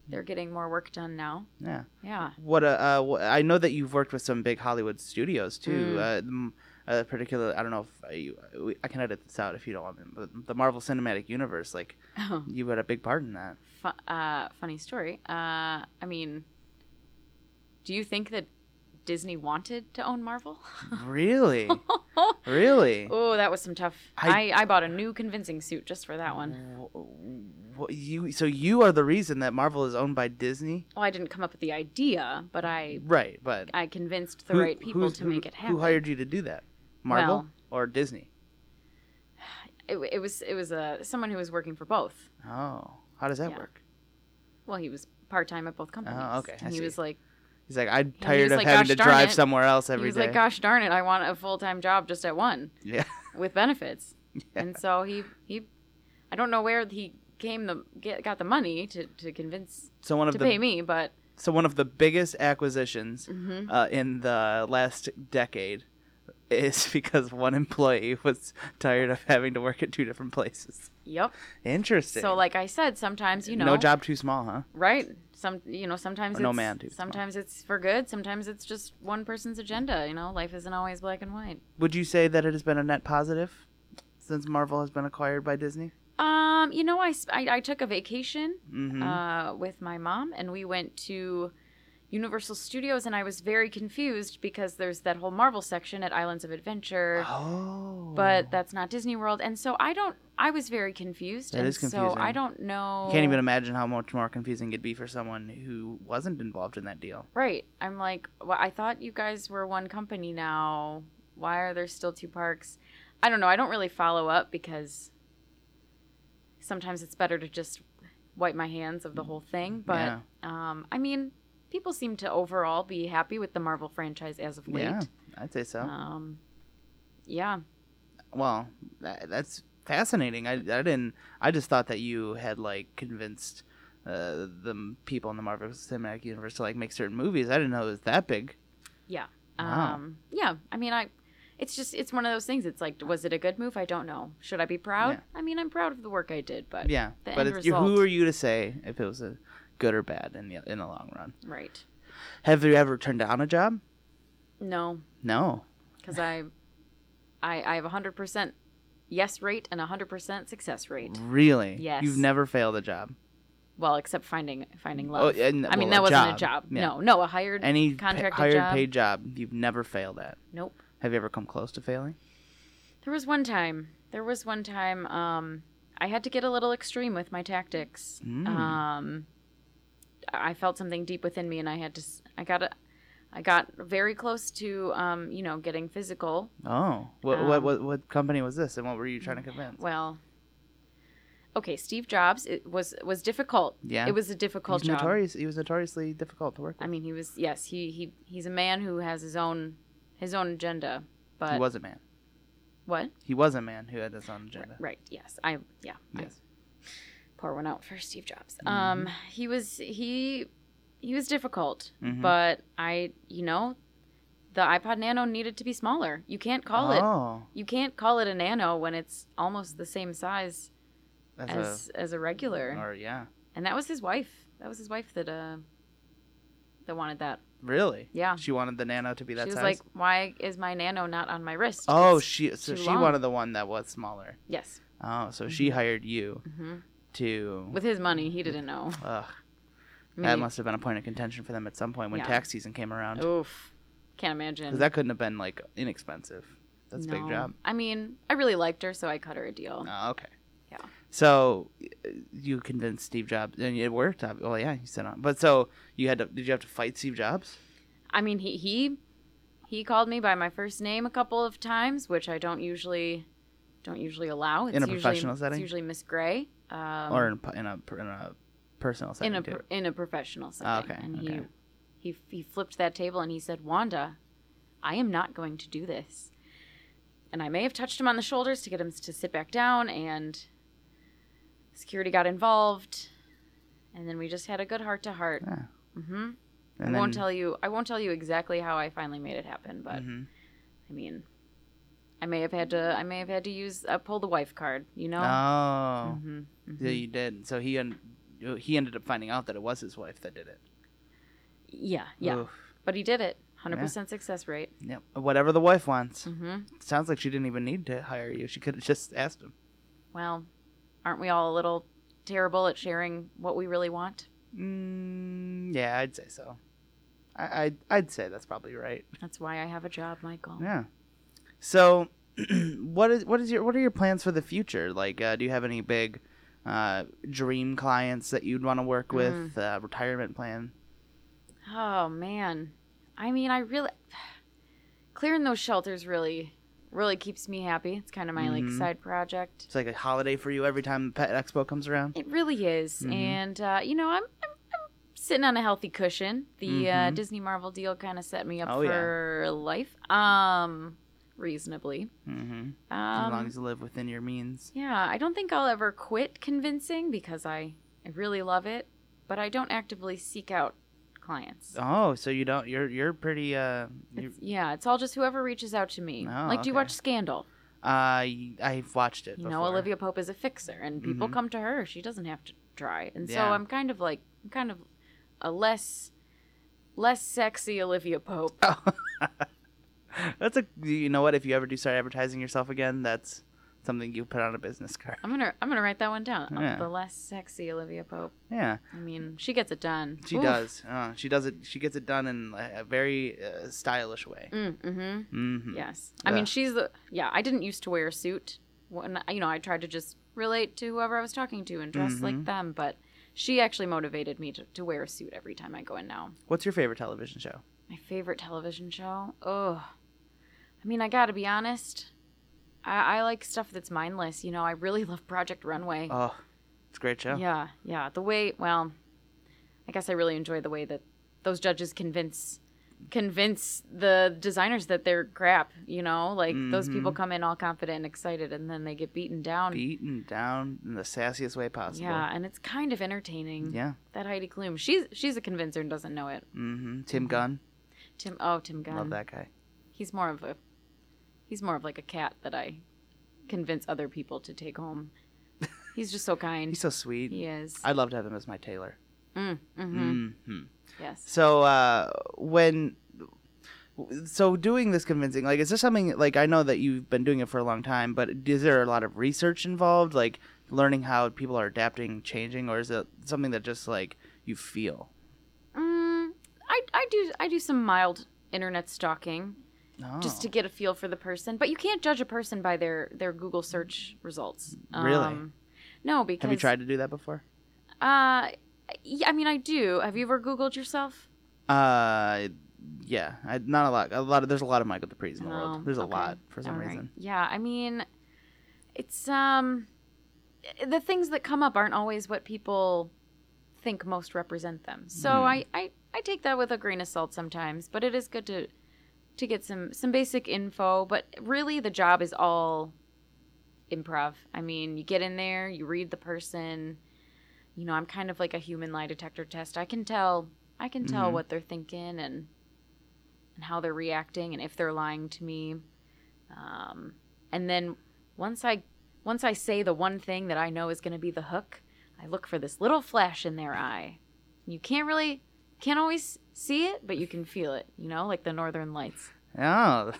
[SPEAKER 4] they're getting more work done now.
[SPEAKER 2] Yeah.
[SPEAKER 4] Yeah.
[SPEAKER 2] What a, uh, wh- I know that you've worked with some big Hollywood studios too.
[SPEAKER 4] Mm.
[SPEAKER 2] Uh, m- uh, particular, I don't know if uh, you, we- I can edit this out if you don't want me, but the Marvel Cinematic Universe, like
[SPEAKER 4] Oh,
[SPEAKER 2] you had a big part in that.
[SPEAKER 4] fu- uh, funny story. Uh, I mean, do you think that Disney wanted to own Marvel?
[SPEAKER 2] Really, really.
[SPEAKER 4] Oh, that was some tough.
[SPEAKER 2] I-
[SPEAKER 4] I, I bought a new convincing suit just for that one.
[SPEAKER 2] Wh- wh- You so you are the reason that Marvel is owned by Disney,
[SPEAKER 4] Well, I didn't come up with the idea, but I
[SPEAKER 2] right? But
[SPEAKER 4] I convinced the
[SPEAKER 2] who-
[SPEAKER 4] right people
[SPEAKER 2] who's-
[SPEAKER 4] to
[SPEAKER 2] who-
[SPEAKER 4] make it happen.
[SPEAKER 2] Who hired you to do that, Marvel
[SPEAKER 4] Well-
[SPEAKER 2] or Disney?
[SPEAKER 4] It, it was it was uh, someone who was working for both.
[SPEAKER 2] Oh, how does that
[SPEAKER 4] Yeah.
[SPEAKER 2] work?
[SPEAKER 4] Well, he was part time at both companies.
[SPEAKER 2] Oh, okay, I
[SPEAKER 4] And he
[SPEAKER 2] see.
[SPEAKER 4] was like
[SPEAKER 2] He's like, I'm
[SPEAKER 4] he
[SPEAKER 2] tired
[SPEAKER 4] was
[SPEAKER 2] of
[SPEAKER 4] like,
[SPEAKER 2] having
[SPEAKER 4] "Gosh
[SPEAKER 2] to
[SPEAKER 4] darn
[SPEAKER 2] drive
[SPEAKER 4] it."
[SPEAKER 2] somewhere else
[SPEAKER 4] he
[SPEAKER 2] every
[SPEAKER 4] was
[SPEAKER 2] day.
[SPEAKER 4] like, "Gosh darn it, I want a full time job just at one
[SPEAKER 2] yeah,
[SPEAKER 4] with benefits."
[SPEAKER 2] yeah.
[SPEAKER 4] And so he he, I don't know where he came the get, got the money to to convince
[SPEAKER 2] So one of
[SPEAKER 4] to
[SPEAKER 2] the
[SPEAKER 4] pay me, but
[SPEAKER 2] so one of the biggest acquisitions
[SPEAKER 4] mhm.
[SPEAKER 2] uh, in the last decade is because one employee was tired of having to work at two different places.
[SPEAKER 4] yep.
[SPEAKER 2] Interesting.
[SPEAKER 4] So like I said, sometimes you know
[SPEAKER 2] no job too small, huh?
[SPEAKER 4] Right. Some you know sometimes
[SPEAKER 2] Or no
[SPEAKER 4] it's,
[SPEAKER 2] man, dude, it's fine.
[SPEAKER 4] sometimes it's for good. Sometimes it's just one person's agenda. You know, life isn't always black and white.
[SPEAKER 2] Would you say that it has been a net positive since Marvel has been acquired by Disney?
[SPEAKER 4] Um, you know, I s- I, I took a vacation
[SPEAKER 2] Mm-hmm.
[SPEAKER 4] uh, with my mom, and we went to Universal Studios, and I was very confused because there's that whole Marvel section at Islands of Adventure.
[SPEAKER 2] oh,
[SPEAKER 4] But that's not Disney World, and so I don't. I was very confused,
[SPEAKER 2] That
[SPEAKER 4] and
[SPEAKER 2] is
[SPEAKER 4] so I
[SPEAKER 2] confusing.
[SPEAKER 4] don't know.
[SPEAKER 2] I can't even imagine how much more confusing it'd be for someone who wasn't involved in that deal.
[SPEAKER 4] Right. I'm like, well, I thought you guys were one company now. Why are there still two parks? I don't know. I don't really follow up because sometimes it's better to just wipe my hands of the whole thing. But
[SPEAKER 2] Yeah.
[SPEAKER 4] um, I mean, people seem to overall be happy with the Marvel franchise as of late.
[SPEAKER 2] Yeah, I'd say so.
[SPEAKER 4] Um, yeah.
[SPEAKER 2] Well, that, that's fascinating. I, I didn't. I just thought that you had like convinced uh, the m- people in the Marvel Cinematic Universe to like make certain movies. I didn't know it was that big.
[SPEAKER 4] Yeah.
[SPEAKER 2] Wow.
[SPEAKER 4] Um, yeah. I mean, I. It's just it's one of those things. It's like, was it a good move? I don't know. Should I be proud? I mean, I'm proud of the work I did, but
[SPEAKER 2] Yeah,
[SPEAKER 4] The
[SPEAKER 2] but
[SPEAKER 4] end
[SPEAKER 2] it's, you- who
[SPEAKER 4] result.
[SPEAKER 2] are you to say if it was a good or bad in the in the long run?
[SPEAKER 4] right.
[SPEAKER 2] Have you ever turned down a job?
[SPEAKER 4] No,
[SPEAKER 2] No.
[SPEAKER 4] because I, I, I have a hundred percent yes rate and a hundred percent success rate.
[SPEAKER 2] Mm. Really?
[SPEAKER 4] Yes.
[SPEAKER 2] You've never failed a job.
[SPEAKER 4] Well, except finding finding
[SPEAKER 2] Oh,
[SPEAKER 4] love.
[SPEAKER 2] and-
[SPEAKER 4] I
[SPEAKER 2] well,
[SPEAKER 4] mean, that
[SPEAKER 2] a
[SPEAKER 4] wasn't
[SPEAKER 2] job.
[SPEAKER 4] a job.
[SPEAKER 2] Yeah.
[SPEAKER 4] No, no, a hired
[SPEAKER 2] Any pa-
[SPEAKER 4] contracted
[SPEAKER 2] hired
[SPEAKER 4] job.
[SPEAKER 2] paid job, you've never failed at.
[SPEAKER 4] Nope.
[SPEAKER 2] Have you ever come close to failing?
[SPEAKER 4] There was one time. There was one time. Um, I had to get a little extreme with my tactics.
[SPEAKER 2] Mm.
[SPEAKER 4] Um, I felt something deep within me, and I had to. s- I got a. I got very close to, um, you know, getting physical
[SPEAKER 2] Oh, what, what
[SPEAKER 4] Um,
[SPEAKER 2] what what company was this, and what were you trying to convince?
[SPEAKER 4] Well, okay, Steve Jobs it was was difficult.
[SPEAKER 2] Yeah.
[SPEAKER 4] it was a
[SPEAKER 2] he
[SPEAKER 4] difficult
[SPEAKER 2] was
[SPEAKER 4] job.
[SPEAKER 2] notorious. He was notoriously difficult to work
[SPEAKER 4] I
[SPEAKER 2] with.
[SPEAKER 4] mean, he was yes, he he he's a man who has his own his own agenda. But
[SPEAKER 2] he was a man.
[SPEAKER 4] what?
[SPEAKER 2] He was a man who had this on agenda.
[SPEAKER 4] Right. Yes. I yeah. I
[SPEAKER 2] Yes.
[SPEAKER 4] pour one out for Steve Jobs.
[SPEAKER 2] Mm-hmm.
[SPEAKER 4] Um, he was he he was difficult,
[SPEAKER 2] Mhm.
[SPEAKER 4] but I you know. The iPod Nano needed to be smaller. You can't call it
[SPEAKER 2] oh,
[SPEAKER 4] you can't call it a Nano when it's almost the same size
[SPEAKER 2] as,
[SPEAKER 4] as as a
[SPEAKER 2] a,
[SPEAKER 4] regular.
[SPEAKER 2] or yeah,
[SPEAKER 4] and that was his wife. That was his wife that uh that wanted that.
[SPEAKER 2] really.
[SPEAKER 4] Yeah,
[SPEAKER 2] She wanted the nano to be that
[SPEAKER 4] she was
[SPEAKER 2] size.
[SPEAKER 4] like, "Why is my nano not on my wrist?"
[SPEAKER 2] oh,
[SPEAKER 4] It's-
[SPEAKER 2] she so
[SPEAKER 4] too
[SPEAKER 2] she
[SPEAKER 4] long.
[SPEAKER 2] wanted the one that was smaller.
[SPEAKER 4] yes.
[SPEAKER 2] Oh, so she hired you
[SPEAKER 4] Mhm.
[SPEAKER 2] to.
[SPEAKER 4] With his money, he didn't know.
[SPEAKER 2] Ugh,
[SPEAKER 4] I mean,
[SPEAKER 2] that
[SPEAKER 4] he-
[SPEAKER 2] must have been a point of contention for them at some point when
[SPEAKER 4] Yeah. Oh,
[SPEAKER 2] tax season came around. Because
[SPEAKER 4] Oof. Can't imagine.
[SPEAKER 2] that couldn't have been like inexpensive. That's a big
[SPEAKER 4] No.
[SPEAKER 2] job.
[SPEAKER 4] I mean, I really liked her, so I cut her a deal.
[SPEAKER 2] Oh, okay.
[SPEAKER 4] Yeah.
[SPEAKER 2] So uh, you convinced Steve Jobs, and it worked. ob- Well, yeah, you said on. But so you had to. Did you have to fight Steve Jobs?
[SPEAKER 4] I mean, he he he called me by my first name a couple of times, which I don't usually don't usually allow. It's
[SPEAKER 2] In a
[SPEAKER 4] usually,
[SPEAKER 2] professional
[SPEAKER 4] It's
[SPEAKER 2] setting?
[SPEAKER 4] usually Miss Gray. Um,
[SPEAKER 2] or in, pu- in a per- in a personal setting
[SPEAKER 4] in a
[SPEAKER 2] too.
[SPEAKER 4] pro- in a professional setting.
[SPEAKER 2] Ah, okay,
[SPEAKER 4] And
[SPEAKER 2] okay.
[SPEAKER 4] he he he flipped that table and he said, "Wanda, I am not going to do this." And I may have touched him on the shoulders to get him s- to sit back down, and security got involved, and then we just had a good heart to heart.
[SPEAKER 2] Yeah.
[SPEAKER 4] hmm I
[SPEAKER 2] And
[SPEAKER 4] won't
[SPEAKER 2] then-
[SPEAKER 4] tell you. I won't tell you exactly how I finally made it happen, but
[SPEAKER 2] Mhm.
[SPEAKER 4] I mean, I may have had to. I may have had to use uh, pull the wife card. You know.
[SPEAKER 2] Oh,
[SPEAKER 4] hmm
[SPEAKER 2] yeah, you did. So he un- uh, he ended up finding out that it was his wife that did it.
[SPEAKER 4] Yeah, yeah.
[SPEAKER 2] Oof.
[SPEAKER 4] But he did it. Hundred percent success rate.
[SPEAKER 2] Yep. Whatever the wife wants.
[SPEAKER 4] hmm
[SPEAKER 2] Sounds like she didn't even need to hire you. She could have just asked him.
[SPEAKER 4] Well, aren't we all a little terrible at sharing what we really want?
[SPEAKER 2] Mm, yeah, I'd say so. I, I'd, I'd say that's probably right.
[SPEAKER 4] That's why I have a job, Michael.
[SPEAKER 2] Yeah. So, what is what is your what are your plans for the future? Like, uh, do you have any big uh, dream clients that you'd want to work
[SPEAKER 4] Mm-hmm.
[SPEAKER 2] with? Uh, retirement plan?
[SPEAKER 4] Oh man. I mean, I really clearing those shelters really really keeps me happy. It's kind of my like
[SPEAKER 2] Mhm.
[SPEAKER 4] side project.
[SPEAKER 2] It's like a holiday for you every time Pet Expo comes around.
[SPEAKER 4] It really is.
[SPEAKER 2] Mhm.
[SPEAKER 4] And uh, you know, I'm, I'm I'm sitting on a healthy cushion. The uh,
[SPEAKER 2] Mhm.
[SPEAKER 4] Disney Marvel deal kind of set me up
[SPEAKER 2] Oh, yeah.
[SPEAKER 4] for life. Um reasonably.
[SPEAKER 2] Mm-hmm.
[SPEAKER 4] Um,
[SPEAKER 2] as long as you live within your means.
[SPEAKER 4] Yeah, I don't think I'll ever quit convincing because I, I really love it, but I don't actively seek out clients.
[SPEAKER 2] Oh, so you don't? You're you're pretty. Uh, you,
[SPEAKER 4] It's- yeah, it's all just whoever reaches out to me.
[SPEAKER 2] Oh,
[SPEAKER 4] like, do you
[SPEAKER 2] okay.
[SPEAKER 4] watch Scandal?
[SPEAKER 2] uh, y- I've watched it.
[SPEAKER 4] You know,
[SPEAKER 2] before.
[SPEAKER 4] Olivia Pope is a fixer, and people
[SPEAKER 2] Mhm.
[SPEAKER 4] come to her. She doesn't have to try, and so
[SPEAKER 2] Yeah.
[SPEAKER 4] I'm kind of like, I'm kind of a less, less sexy Olivia Pope.
[SPEAKER 2] Oh. That's a. You know what? If you ever do start advertising yourself again, that's something you put on a business card.
[SPEAKER 4] I'm gonna, I'm gonna write that one down. I'm
[SPEAKER 2] Yeah.
[SPEAKER 4] the less sexy Olivia Pope.
[SPEAKER 2] Yeah,
[SPEAKER 4] I mean, she gets it done.
[SPEAKER 2] she does. Uh, she does it. She gets it done in a a very uh, stylish way.
[SPEAKER 4] Mm-hmm.
[SPEAKER 2] Mm-hmm.
[SPEAKER 4] Yes. I mean,
[SPEAKER 2] Ugh.
[SPEAKER 4] she's the. Yeah, I didn't used to wear a suit. When, you know, I tried to just relate to whoever I was talking to and dress
[SPEAKER 2] Mm-hmm.
[SPEAKER 4] like them, but she actually motivated me to, to wear a suit every time I go in now.
[SPEAKER 2] What's your favorite television show?
[SPEAKER 4] My favorite television show? Oh. I mean, I gotta be honest. I, I like stuff that's mindless. You know, I really love Project Runway.
[SPEAKER 2] Oh, it's a great show.
[SPEAKER 4] Yeah, yeah. The way, well, I guess I really enjoy the way that those judges convince convince the designers that they're crap. You know, like those people
[SPEAKER 2] Mm-hmm.
[SPEAKER 4] come in all confident and excited, and then they get beaten down.
[SPEAKER 2] Beaten down in the sassiest way possible.
[SPEAKER 4] yeah, and it's kind of entertaining.
[SPEAKER 2] Yeah.
[SPEAKER 4] That Heidi Klum, she's she's a convincer and doesn't know it.
[SPEAKER 2] Mm-hmm. Tim Gunn.
[SPEAKER 4] Tim, oh Tim Gunn,
[SPEAKER 2] Love that guy.
[SPEAKER 4] he's more of a he's more of like a cat that I convince other people to take home. He's just so kind.
[SPEAKER 2] He's so sweet.
[SPEAKER 4] he is.
[SPEAKER 2] I'd love to have him as my tailor.
[SPEAKER 4] Mm, hmm
[SPEAKER 2] Mm-hmm.
[SPEAKER 4] Yes.
[SPEAKER 2] So uh, when so doing this convincing, like, is this something like I know that you've been doing it for a long time, but is there a lot of research involved, like learning how people are adapting, changing, or is it something that just like you feel?
[SPEAKER 4] Mm, I, I do I do some mild internet stalking
[SPEAKER 2] No.
[SPEAKER 4] just to get a feel for the person, but you can't judge a person by their their Google search results. Um,
[SPEAKER 2] Really?
[SPEAKER 4] no, because
[SPEAKER 2] Oh. have you tried to do that before?
[SPEAKER 4] Uh, yeah, I mean, I do. Have you ever Googled yourself?
[SPEAKER 2] Uh, yeah, I, not a lot. A lot of there's a lot of Michael Dupree's in the
[SPEAKER 4] No.
[SPEAKER 2] world. There's a
[SPEAKER 4] Oh, Okay.
[SPEAKER 2] lot for some
[SPEAKER 4] All right.
[SPEAKER 2] reason.
[SPEAKER 4] Yeah, I mean, it's um, the things that come up aren't always what people think most represent them. So
[SPEAKER 2] Hmm.
[SPEAKER 4] I, I I take that with a grain of salt sometimes, but it is good to to get some some basic info. But really, the job is all improv. I mean, you get in there, you read the person. You know, I'm kind of like a human lie detector test. I can tell I can tell
[SPEAKER 2] Mm-hmm.
[SPEAKER 4] what they're thinking and and how they're reacting and if they're lying to me. Um, and then once I once I say the one thing that I know is going to be the hook, I look for this little flash in their eye. You can't really can't always see it, but you can feel it. You know, like the Northern Lights.
[SPEAKER 2] Oh, and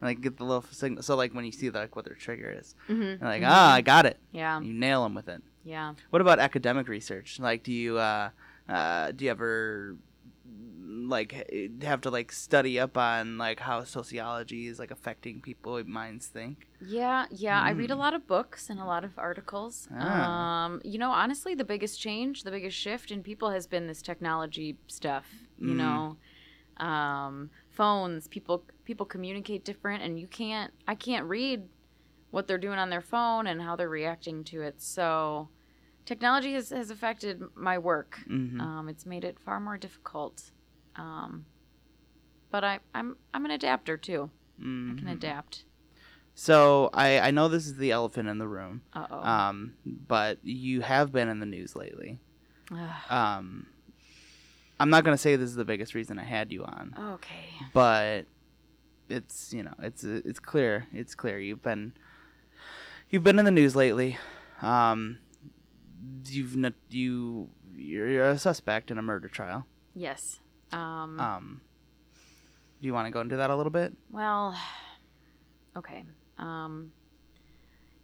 [SPEAKER 2] like get the little signal. So like when you see like what their trigger is,
[SPEAKER 4] Mm-hmm. Um,
[SPEAKER 2] and like ah, I got it.
[SPEAKER 4] Yeah.
[SPEAKER 2] You nail them with it.
[SPEAKER 4] Yeah.
[SPEAKER 2] What about academic research? Like, do you uh, uh, do you ever like h- have to like study up on like how sociology is like affecting people minds think?
[SPEAKER 4] Yeah, yeah. I read a lot of books and a lot of articles.
[SPEAKER 2] Ah.
[SPEAKER 4] Um, you know, honestly, the biggest change, the biggest shift in people has been this technology stuff. You
[SPEAKER 2] Mm.
[SPEAKER 4] know, um, phones. People people communicate different, and you can't. I can't read what they're doing on their phone and how they're reacting to it. So, technology has has affected my work.
[SPEAKER 2] Mhm.
[SPEAKER 4] Um, it's made it far more difficult. Um, but I, I'm I'm an adapter too. I
[SPEAKER 2] Mm-hmm.
[SPEAKER 4] can adapt.
[SPEAKER 2] So I I know this is the elephant in the room,
[SPEAKER 4] Uh oh.
[SPEAKER 2] um, but you have been in the news lately. Um, I'm not gonna say this is the biggest reason I had you on,
[SPEAKER 4] Okay.
[SPEAKER 2] but it's you know it's it's clear it's clear you've been you've been in the news lately. Um, you've not, you you're, you're a suspect in a murder trial.
[SPEAKER 4] Yes. Um,
[SPEAKER 2] Um, do you want to go into that a little bit?
[SPEAKER 4] well, okay. Um,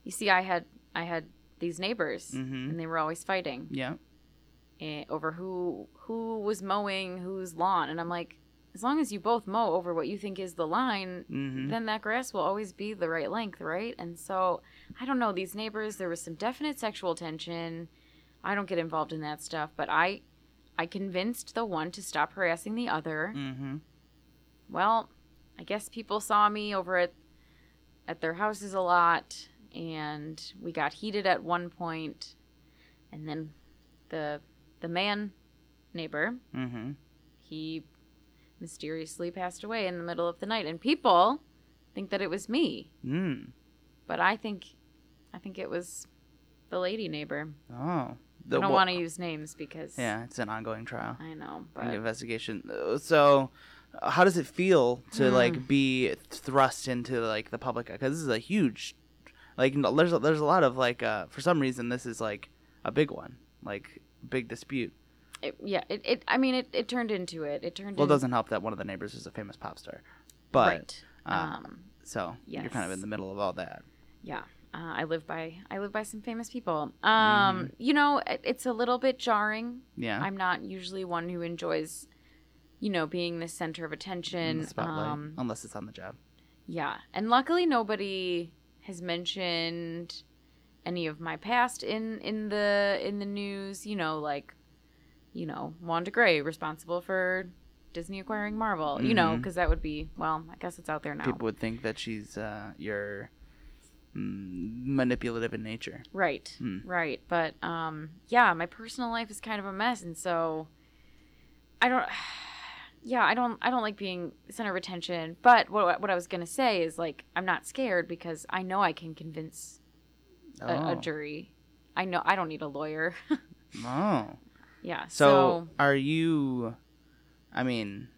[SPEAKER 4] you see, I had I had these neighbors,
[SPEAKER 2] Mhm.
[SPEAKER 4] and they were always fighting
[SPEAKER 2] Yeah.
[SPEAKER 4] eh, over who who was mowing whose lawn. And I'm like, as long as you both mow over what you think is the line,
[SPEAKER 2] Mm-hmm.
[SPEAKER 4] then that grass will always be the right length, right? And so, I don't know, these neighbors, there was some definite sexual tension. I don't get involved in that stuff, but I I convinced the one to stop harassing the other.
[SPEAKER 2] Mm-hmm.
[SPEAKER 4] Well, I guess people saw me over at at their houses a lot and we got heated at one point and then the the man neighbor,
[SPEAKER 2] Mm-hmm.
[SPEAKER 4] he mysteriously passed away in the middle of the night and people think that it was me
[SPEAKER 2] Mm.
[SPEAKER 4] but I think, I think it was the lady neighbor.
[SPEAKER 2] Oh.
[SPEAKER 4] I don't
[SPEAKER 2] wha-
[SPEAKER 4] want to use names because
[SPEAKER 2] Yeah, it's an ongoing trial.
[SPEAKER 4] I know,
[SPEAKER 2] an
[SPEAKER 4] but
[SPEAKER 2] investigation. Uh, So, uh, how does it feel to
[SPEAKER 4] Hmm.
[SPEAKER 2] like be thrust into like the public? Because this is a huge, like n- there's a, there's a lot of like uh, for some reason this is like a big one, like big dispute.
[SPEAKER 4] it, yeah, it, it. I mean, it, it turned into it. It turned.
[SPEAKER 2] Well, it
[SPEAKER 4] in-
[SPEAKER 2] doesn't help that one of the neighbors is a famous pop star, but
[SPEAKER 4] right.
[SPEAKER 2] uh,
[SPEAKER 4] um,
[SPEAKER 2] so you're kind of
[SPEAKER 4] yes.
[SPEAKER 2] in the middle of all that.
[SPEAKER 4] yeah. Uh, I live by I live by some famous people. Um, you know, it, it's a little bit jarring.
[SPEAKER 2] Mm-hmm. Yeah.
[SPEAKER 4] I'm not usually one who enjoys, you know, being the center of
[SPEAKER 2] in
[SPEAKER 4] attention.
[SPEAKER 2] the spotlight,
[SPEAKER 4] Um,
[SPEAKER 2] unless it's on the job.
[SPEAKER 4] Yeah. And luckily nobody has mentioned any of my past in in the in the news, you know, like you know, Wanda Gray responsible for Disney acquiring Marvel, you know,
[SPEAKER 2] Mhm.
[SPEAKER 4] cuz that would be well, I guess it's out there now.
[SPEAKER 2] People would think that she's uh, your mm, manipulative in nature.
[SPEAKER 4] Right.
[SPEAKER 2] Hmm.
[SPEAKER 4] Right. But um yeah, my personal life is kind of a mess and so I don't yeah, I don't I don't like being the center of attention, but what what I was going to say is like I'm not scared because I know I can convince a, a
[SPEAKER 2] Oh.
[SPEAKER 4] jury. I know I don't need a lawyer.
[SPEAKER 2] Oh.
[SPEAKER 4] yeah.
[SPEAKER 2] So,
[SPEAKER 4] So,
[SPEAKER 2] are you? I mean,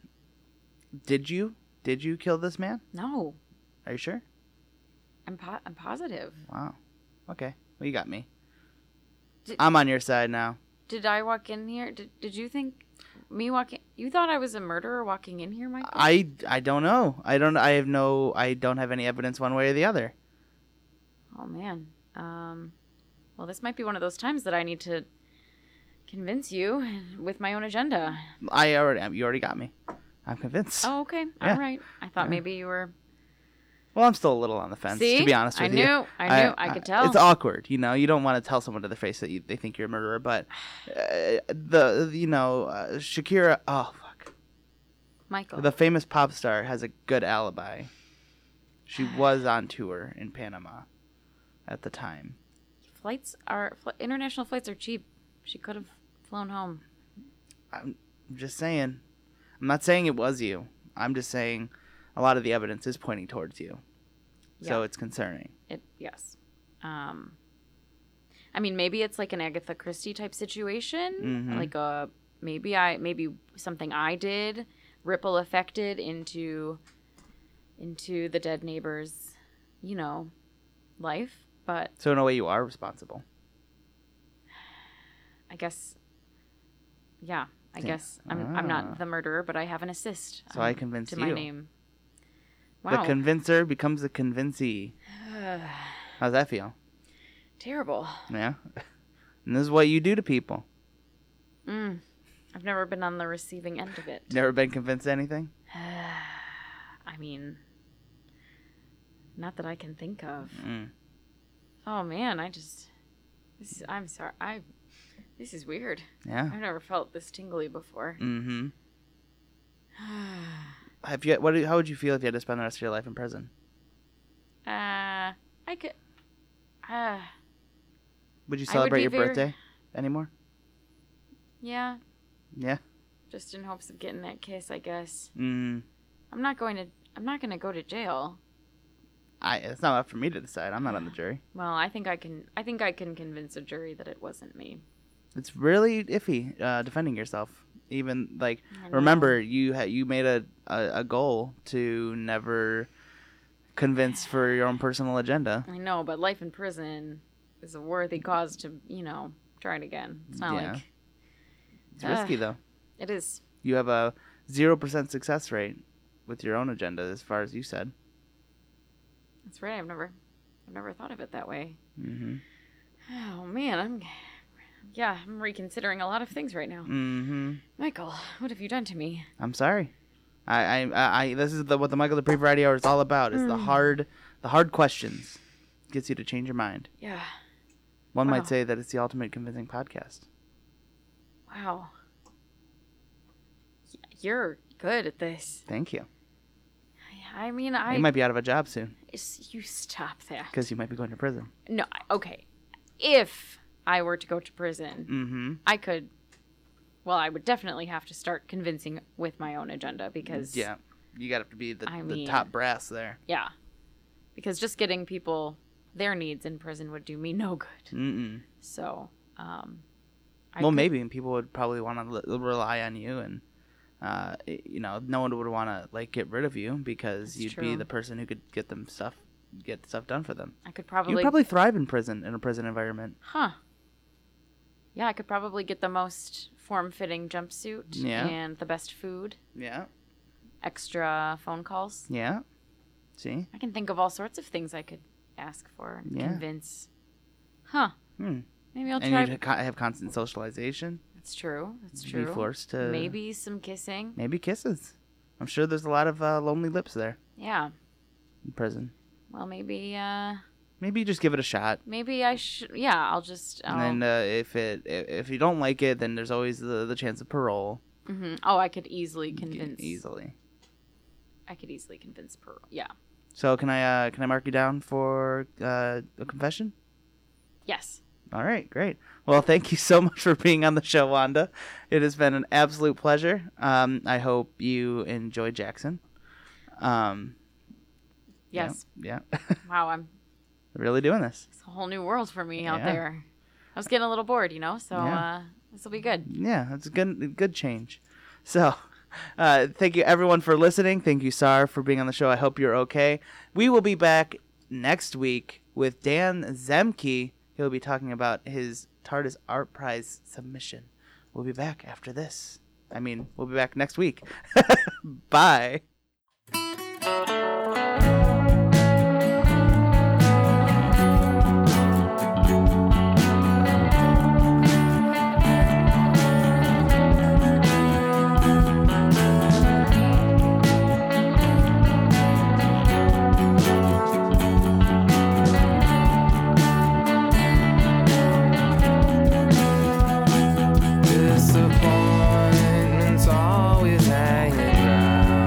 [SPEAKER 2] did you did you kill this man?
[SPEAKER 4] no,
[SPEAKER 2] Are you sure?
[SPEAKER 4] I'm po- I'm positive.
[SPEAKER 2] Wow. Okay. Well, you got me.
[SPEAKER 4] Did-
[SPEAKER 2] I'm on your side now.
[SPEAKER 4] Did I walk in here? Did Did you think me walking? You thought I was a murderer walking in here, Michael?
[SPEAKER 2] I I don't know. I don't. I have no. I don't have any evidence one way or the other.
[SPEAKER 4] oh man. Um. Well, this might be one of those times that I need to convince you with my own agenda.
[SPEAKER 2] I already. You already got me. I'm convinced.
[SPEAKER 4] Oh, okay.
[SPEAKER 2] Yeah.
[SPEAKER 4] All right. I thought
[SPEAKER 2] Yeah.
[SPEAKER 4] maybe you were.
[SPEAKER 2] Well, I'm still a little on the fence.
[SPEAKER 4] See?
[SPEAKER 2] to be honest
[SPEAKER 4] I
[SPEAKER 2] with
[SPEAKER 4] knew.
[SPEAKER 2] you.
[SPEAKER 4] I knew. I, could tell.
[SPEAKER 2] It's awkward, you know. You don't want to tell someone to their face that you, they think you're a murderer, but uh, the you know uh, Shakira. Oh fuck.
[SPEAKER 4] Michael.
[SPEAKER 2] The famous pop star has a good alibi. She was on tour in Panama at the time.
[SPEAKER 4] flights are fl- international flights are cheap. She could have flown home.
[SPEAKER 2] I'm just saying. I'm not saying it was you. I'm just saying a lot of the evidence is pointing towards you. So
[SPEAKER 4] Yeah.
[SPEAKER 2] it's concerning.
[SPEAKER 4] It yes. Um I mean maybe it's like an Agatha Christie type situation,
[SPEAKER 2] Mhm.
[SPEAKER 4] like a maybe I maybe something I did ripple affected into into the dead neighbor's, you know, life, but
[SPEAKER 2] So in a way you are responsible.
[SPEAKER 4] I guess yeah, I
[SPEAKER 2] Yeah.
[SPEAKER 4] guess I'm I'm
[SPEAKER 2] Ah.
[SPEAKER 4] not the murderer, but I have an assist.
[SPEAKER 2] So I
[SPEAKER 4] um,
[SPEAKER 2] convinced
[SPEAKER 4] to my
[SPEAKER 2] you.
[SPEAKER 4] name.
[SPEAKER 2] The
[SPEAKER 4] Wow.
[SPEAKER 2] convincer becomes the convincee. How's that feel?
[SPEAKER 4] Terrible.
[SPEAKER 2] Yeah. And this is what you do to people.
[SPEAKER 4] Mm. I've never been on the receiving end of it.
[SPEAKER 2] Never been convinced of anything?
[SPEAKER 4] I mean, not that I can think of.
[SPEAKER 2] Mm.
[SPEAKER 4] Oh man, I just this. Is, I'm sorry. I this is weird.
[SPEAKER 2] Yeah.
[SPEAKER 4] I've never felt this tingly before.
[SPEAKER 2] Mm-hmm. Have you? What? How would you feel if you had to spend the rest of your life in prison?
[SPEAKER 4] Uh, I could. Uh,
[SPEAKER 2] Would you
[SPEAKER 4] I would
[SPEAKER 2] celebrate
[SPEAKER 4] be
[SPEAKER 2] your
[SPEAKER 4] very-
[SPEAKER 2] birthday anymore?
[SPEAKER 4] yeah.
[SPEAKER 2] Yeah.
[SPEAKER 4] Just in hopes of getting that kiss, I guess.
[SPEAKER 2] Mm.
[SPEAKER 4] I'm not going to. I'm not going to go to jail.
[SPEAKER 2] I. It's not up for me to decide. I'm not on the jury.
[SPEAKER 4] Well, I think I can. I think I can convince a jury that it wasn't me.
[SPEAKER 2] It's really iffy uh, defending yourself. Even like, remember you ha- you made a, a a goal to never convince for your own personal agenda.
[SPEAKER 4] I know, but life in prison is a worthy cause to, you know, try it again. It's not
[SPEAKER 2] Yeah.
[SPEAKER 4] like
[SPEAKER 2] It's risky
[SPEAKER 4] Ugh.
[SPEAKER 2] though.
[SPEAKER 4] it is.
[SPEAKER 2] You have a zero percent success rate with your own agenda, as far as you said.
[SPEAKER 4] That's right. I've never, I've never thought of it that way. Mm-hmm. Oh man, I'm, yeah, I'm reconsidering a lot of things right now.
[SPEAKER 2] Mm-hmm.
[SPEAKER 4] Michael, what have you done to me?
[SPEAKER 2] I'm sorry. I, I, I, I this is the, what the Michael Dupree Variety Hour is all about. Is
[SPEAKER 4] Hmm.
[SPEAKER 2] the hard, the hard questions, gets you to change your mind.
[SPEAKER 4] Yeah.
[SPEAKER 2] One
[SPEAKER 4] Wow.
[SPEAKER 2] might say that it's the ultimate convincing podcast.
[SPEAKER 4] Wow. Y- You're good at this.
[SPEAKER 2] Thank you.
[SPEAKER 4] I mean, I
[SPEAKER 2] you might be out of a job soon
[SPEAKER 4] s- you stop that.
[SPEAKER 2] because you might be going to prison.
[SPEAKER 4] No, I- okay. If I were to go to prison,
[SPEAKER 2] Mm-hmm.
[SPEAKER 4] I could. Well, I would definitely have to start convincing with my own agenda because
[SPEAKER 2] Yeah, you got to be the,
[SPEAKER 4] I
[SPEAKER 2] the
[SPEAKER 4] mean-
[SPEAKER 2] top brass there.
[SPEAKER 4] Yeah. Because just getting people their needs in prison would do me no good.
[SPEAKER 2] Mm-mm.
[SPEAKER 4] So, um, I
[SPEAKER 2] well,
[SPEAKER 4] could-
[SPEAKER 2] maybe and people would probably want to l- rely on you, and uh, i- you know, no one would want to like get rid of you because
[SPEAKER 4] That's
[SPEAKER 2] you'd be
[SPEAKER 4] true.
[SPEAKER 2] the person who could get them stuff, get stuff done for them.
[SPEAKER 4] I could probably,
[SPEAKER 2] You'd probably thrive in prison in a prison environment.
[SPEAKER 4] huh? Yeah, I could probably get the most form-fitting jumpsuit
[SPEAKER 2] Yeah.
[SPEAKER 4] and the best food,
[SPEAKER 2] Yeah.
[SPEAKER 4] extra phone calls.
[SPEAKER 2] Yeah. See?
[SPEAKER 4] I can think of all sorts of things I could ask for and
[SPEAKER 2] Yeah.
[SPEAKER 4] convince. Huh?
[SPEAKER 2] Hmm.
[SPEAKER 4] Maybe I'll
[SPEAKER 2] And you
[SPEAKER 4] try.
[SPEAKER 2] have constant socialization.
[SPEAKER 4] That's true. That's
[SPEAKER 2] You'd be
[SPEAKER 4] true.
[SPEAKER 2] forced to
[SPEAKER 4] Maybe some kissing.
[SPEAKER 2] maybe kisses. I'm sure there's a lot of uh, lonely lips there
[SPEAKER 4] Yeah.
[SPEAKER 2] in prison.
[SPEAKER 4] Well, maybe. uh
[SPEAKER 2] Maybe you just give it a shot,
[SPEAKER 4] Maybe I should. Yeah, I'll just. I'll,
[SPEAKER 2] and then uh, if it i- if you don't like it, then there's always the, the chance of parole
[SPEAKER 4] Mhm. Oh, I could easily
[SPEAKER 2] You can
[SPEAKER 4] convince.
[SPEAKER 2] easily.
[SPEAKER 4] I could easily convince Pearl. Yeah.
[SPEAKER 2] So can I uh, can I mark you down for uh, a confession?
[SPEAKER 4] Yes.
[SPEAKER 2] All right, great. Well, thank you so much for being on the show, Wanda. It has been an absolute pleasure. Um, I hope you enjoy Jackson. Um, yeah,
[SPEAKER 4] Yes.
[SPEAKER 2] Yeah,
[SPEAKER 4] Wow, I'm.
[SPEAKER 2] really doing this.
[SPEAKER 4] It's a whole new world for me out
[SPEAKER 2] Yeah.
[SPEAKER 4] there. I was getting a little bored, you know. So
[SPEAKER 2] Yeah.
[SPEAKER 4] uh, this will be good.
[SPEAKER 2] Yeah, that's a good good change. So, uh, thank you everyone for listening. Thank you Sar for being on the show. I hope you're okay. We will be back next week with Dan Zemke. He'll be talking about his TARDIS Art Prize submission. We'll be back after this. I mean, we'll be back next week. Bye.
[SPEAKER 1] Disappointments always hanging around.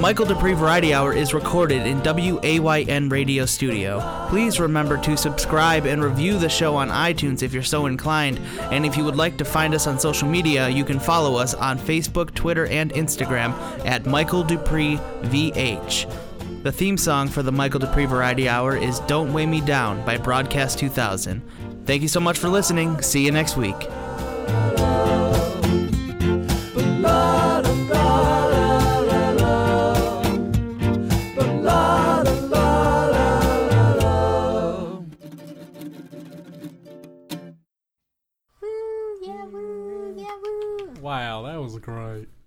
[SPEAKER 2] Michael Dupree Variety Hour is recorded in WAYN Radio Studio. Please remember to subscribe and review the show on iTunes if you're so inclined. And if you would like to find us on social media, you can follow us on Facebook, Twitter, and Instagram at Michael Dupree VH. The theme song for the Michael Dupree Variety Hour is Don't Weigh Me Down by Broadcast 2000. Thank you so much for listening. See you next week.
[SPEAKER 5] Wow, that was great.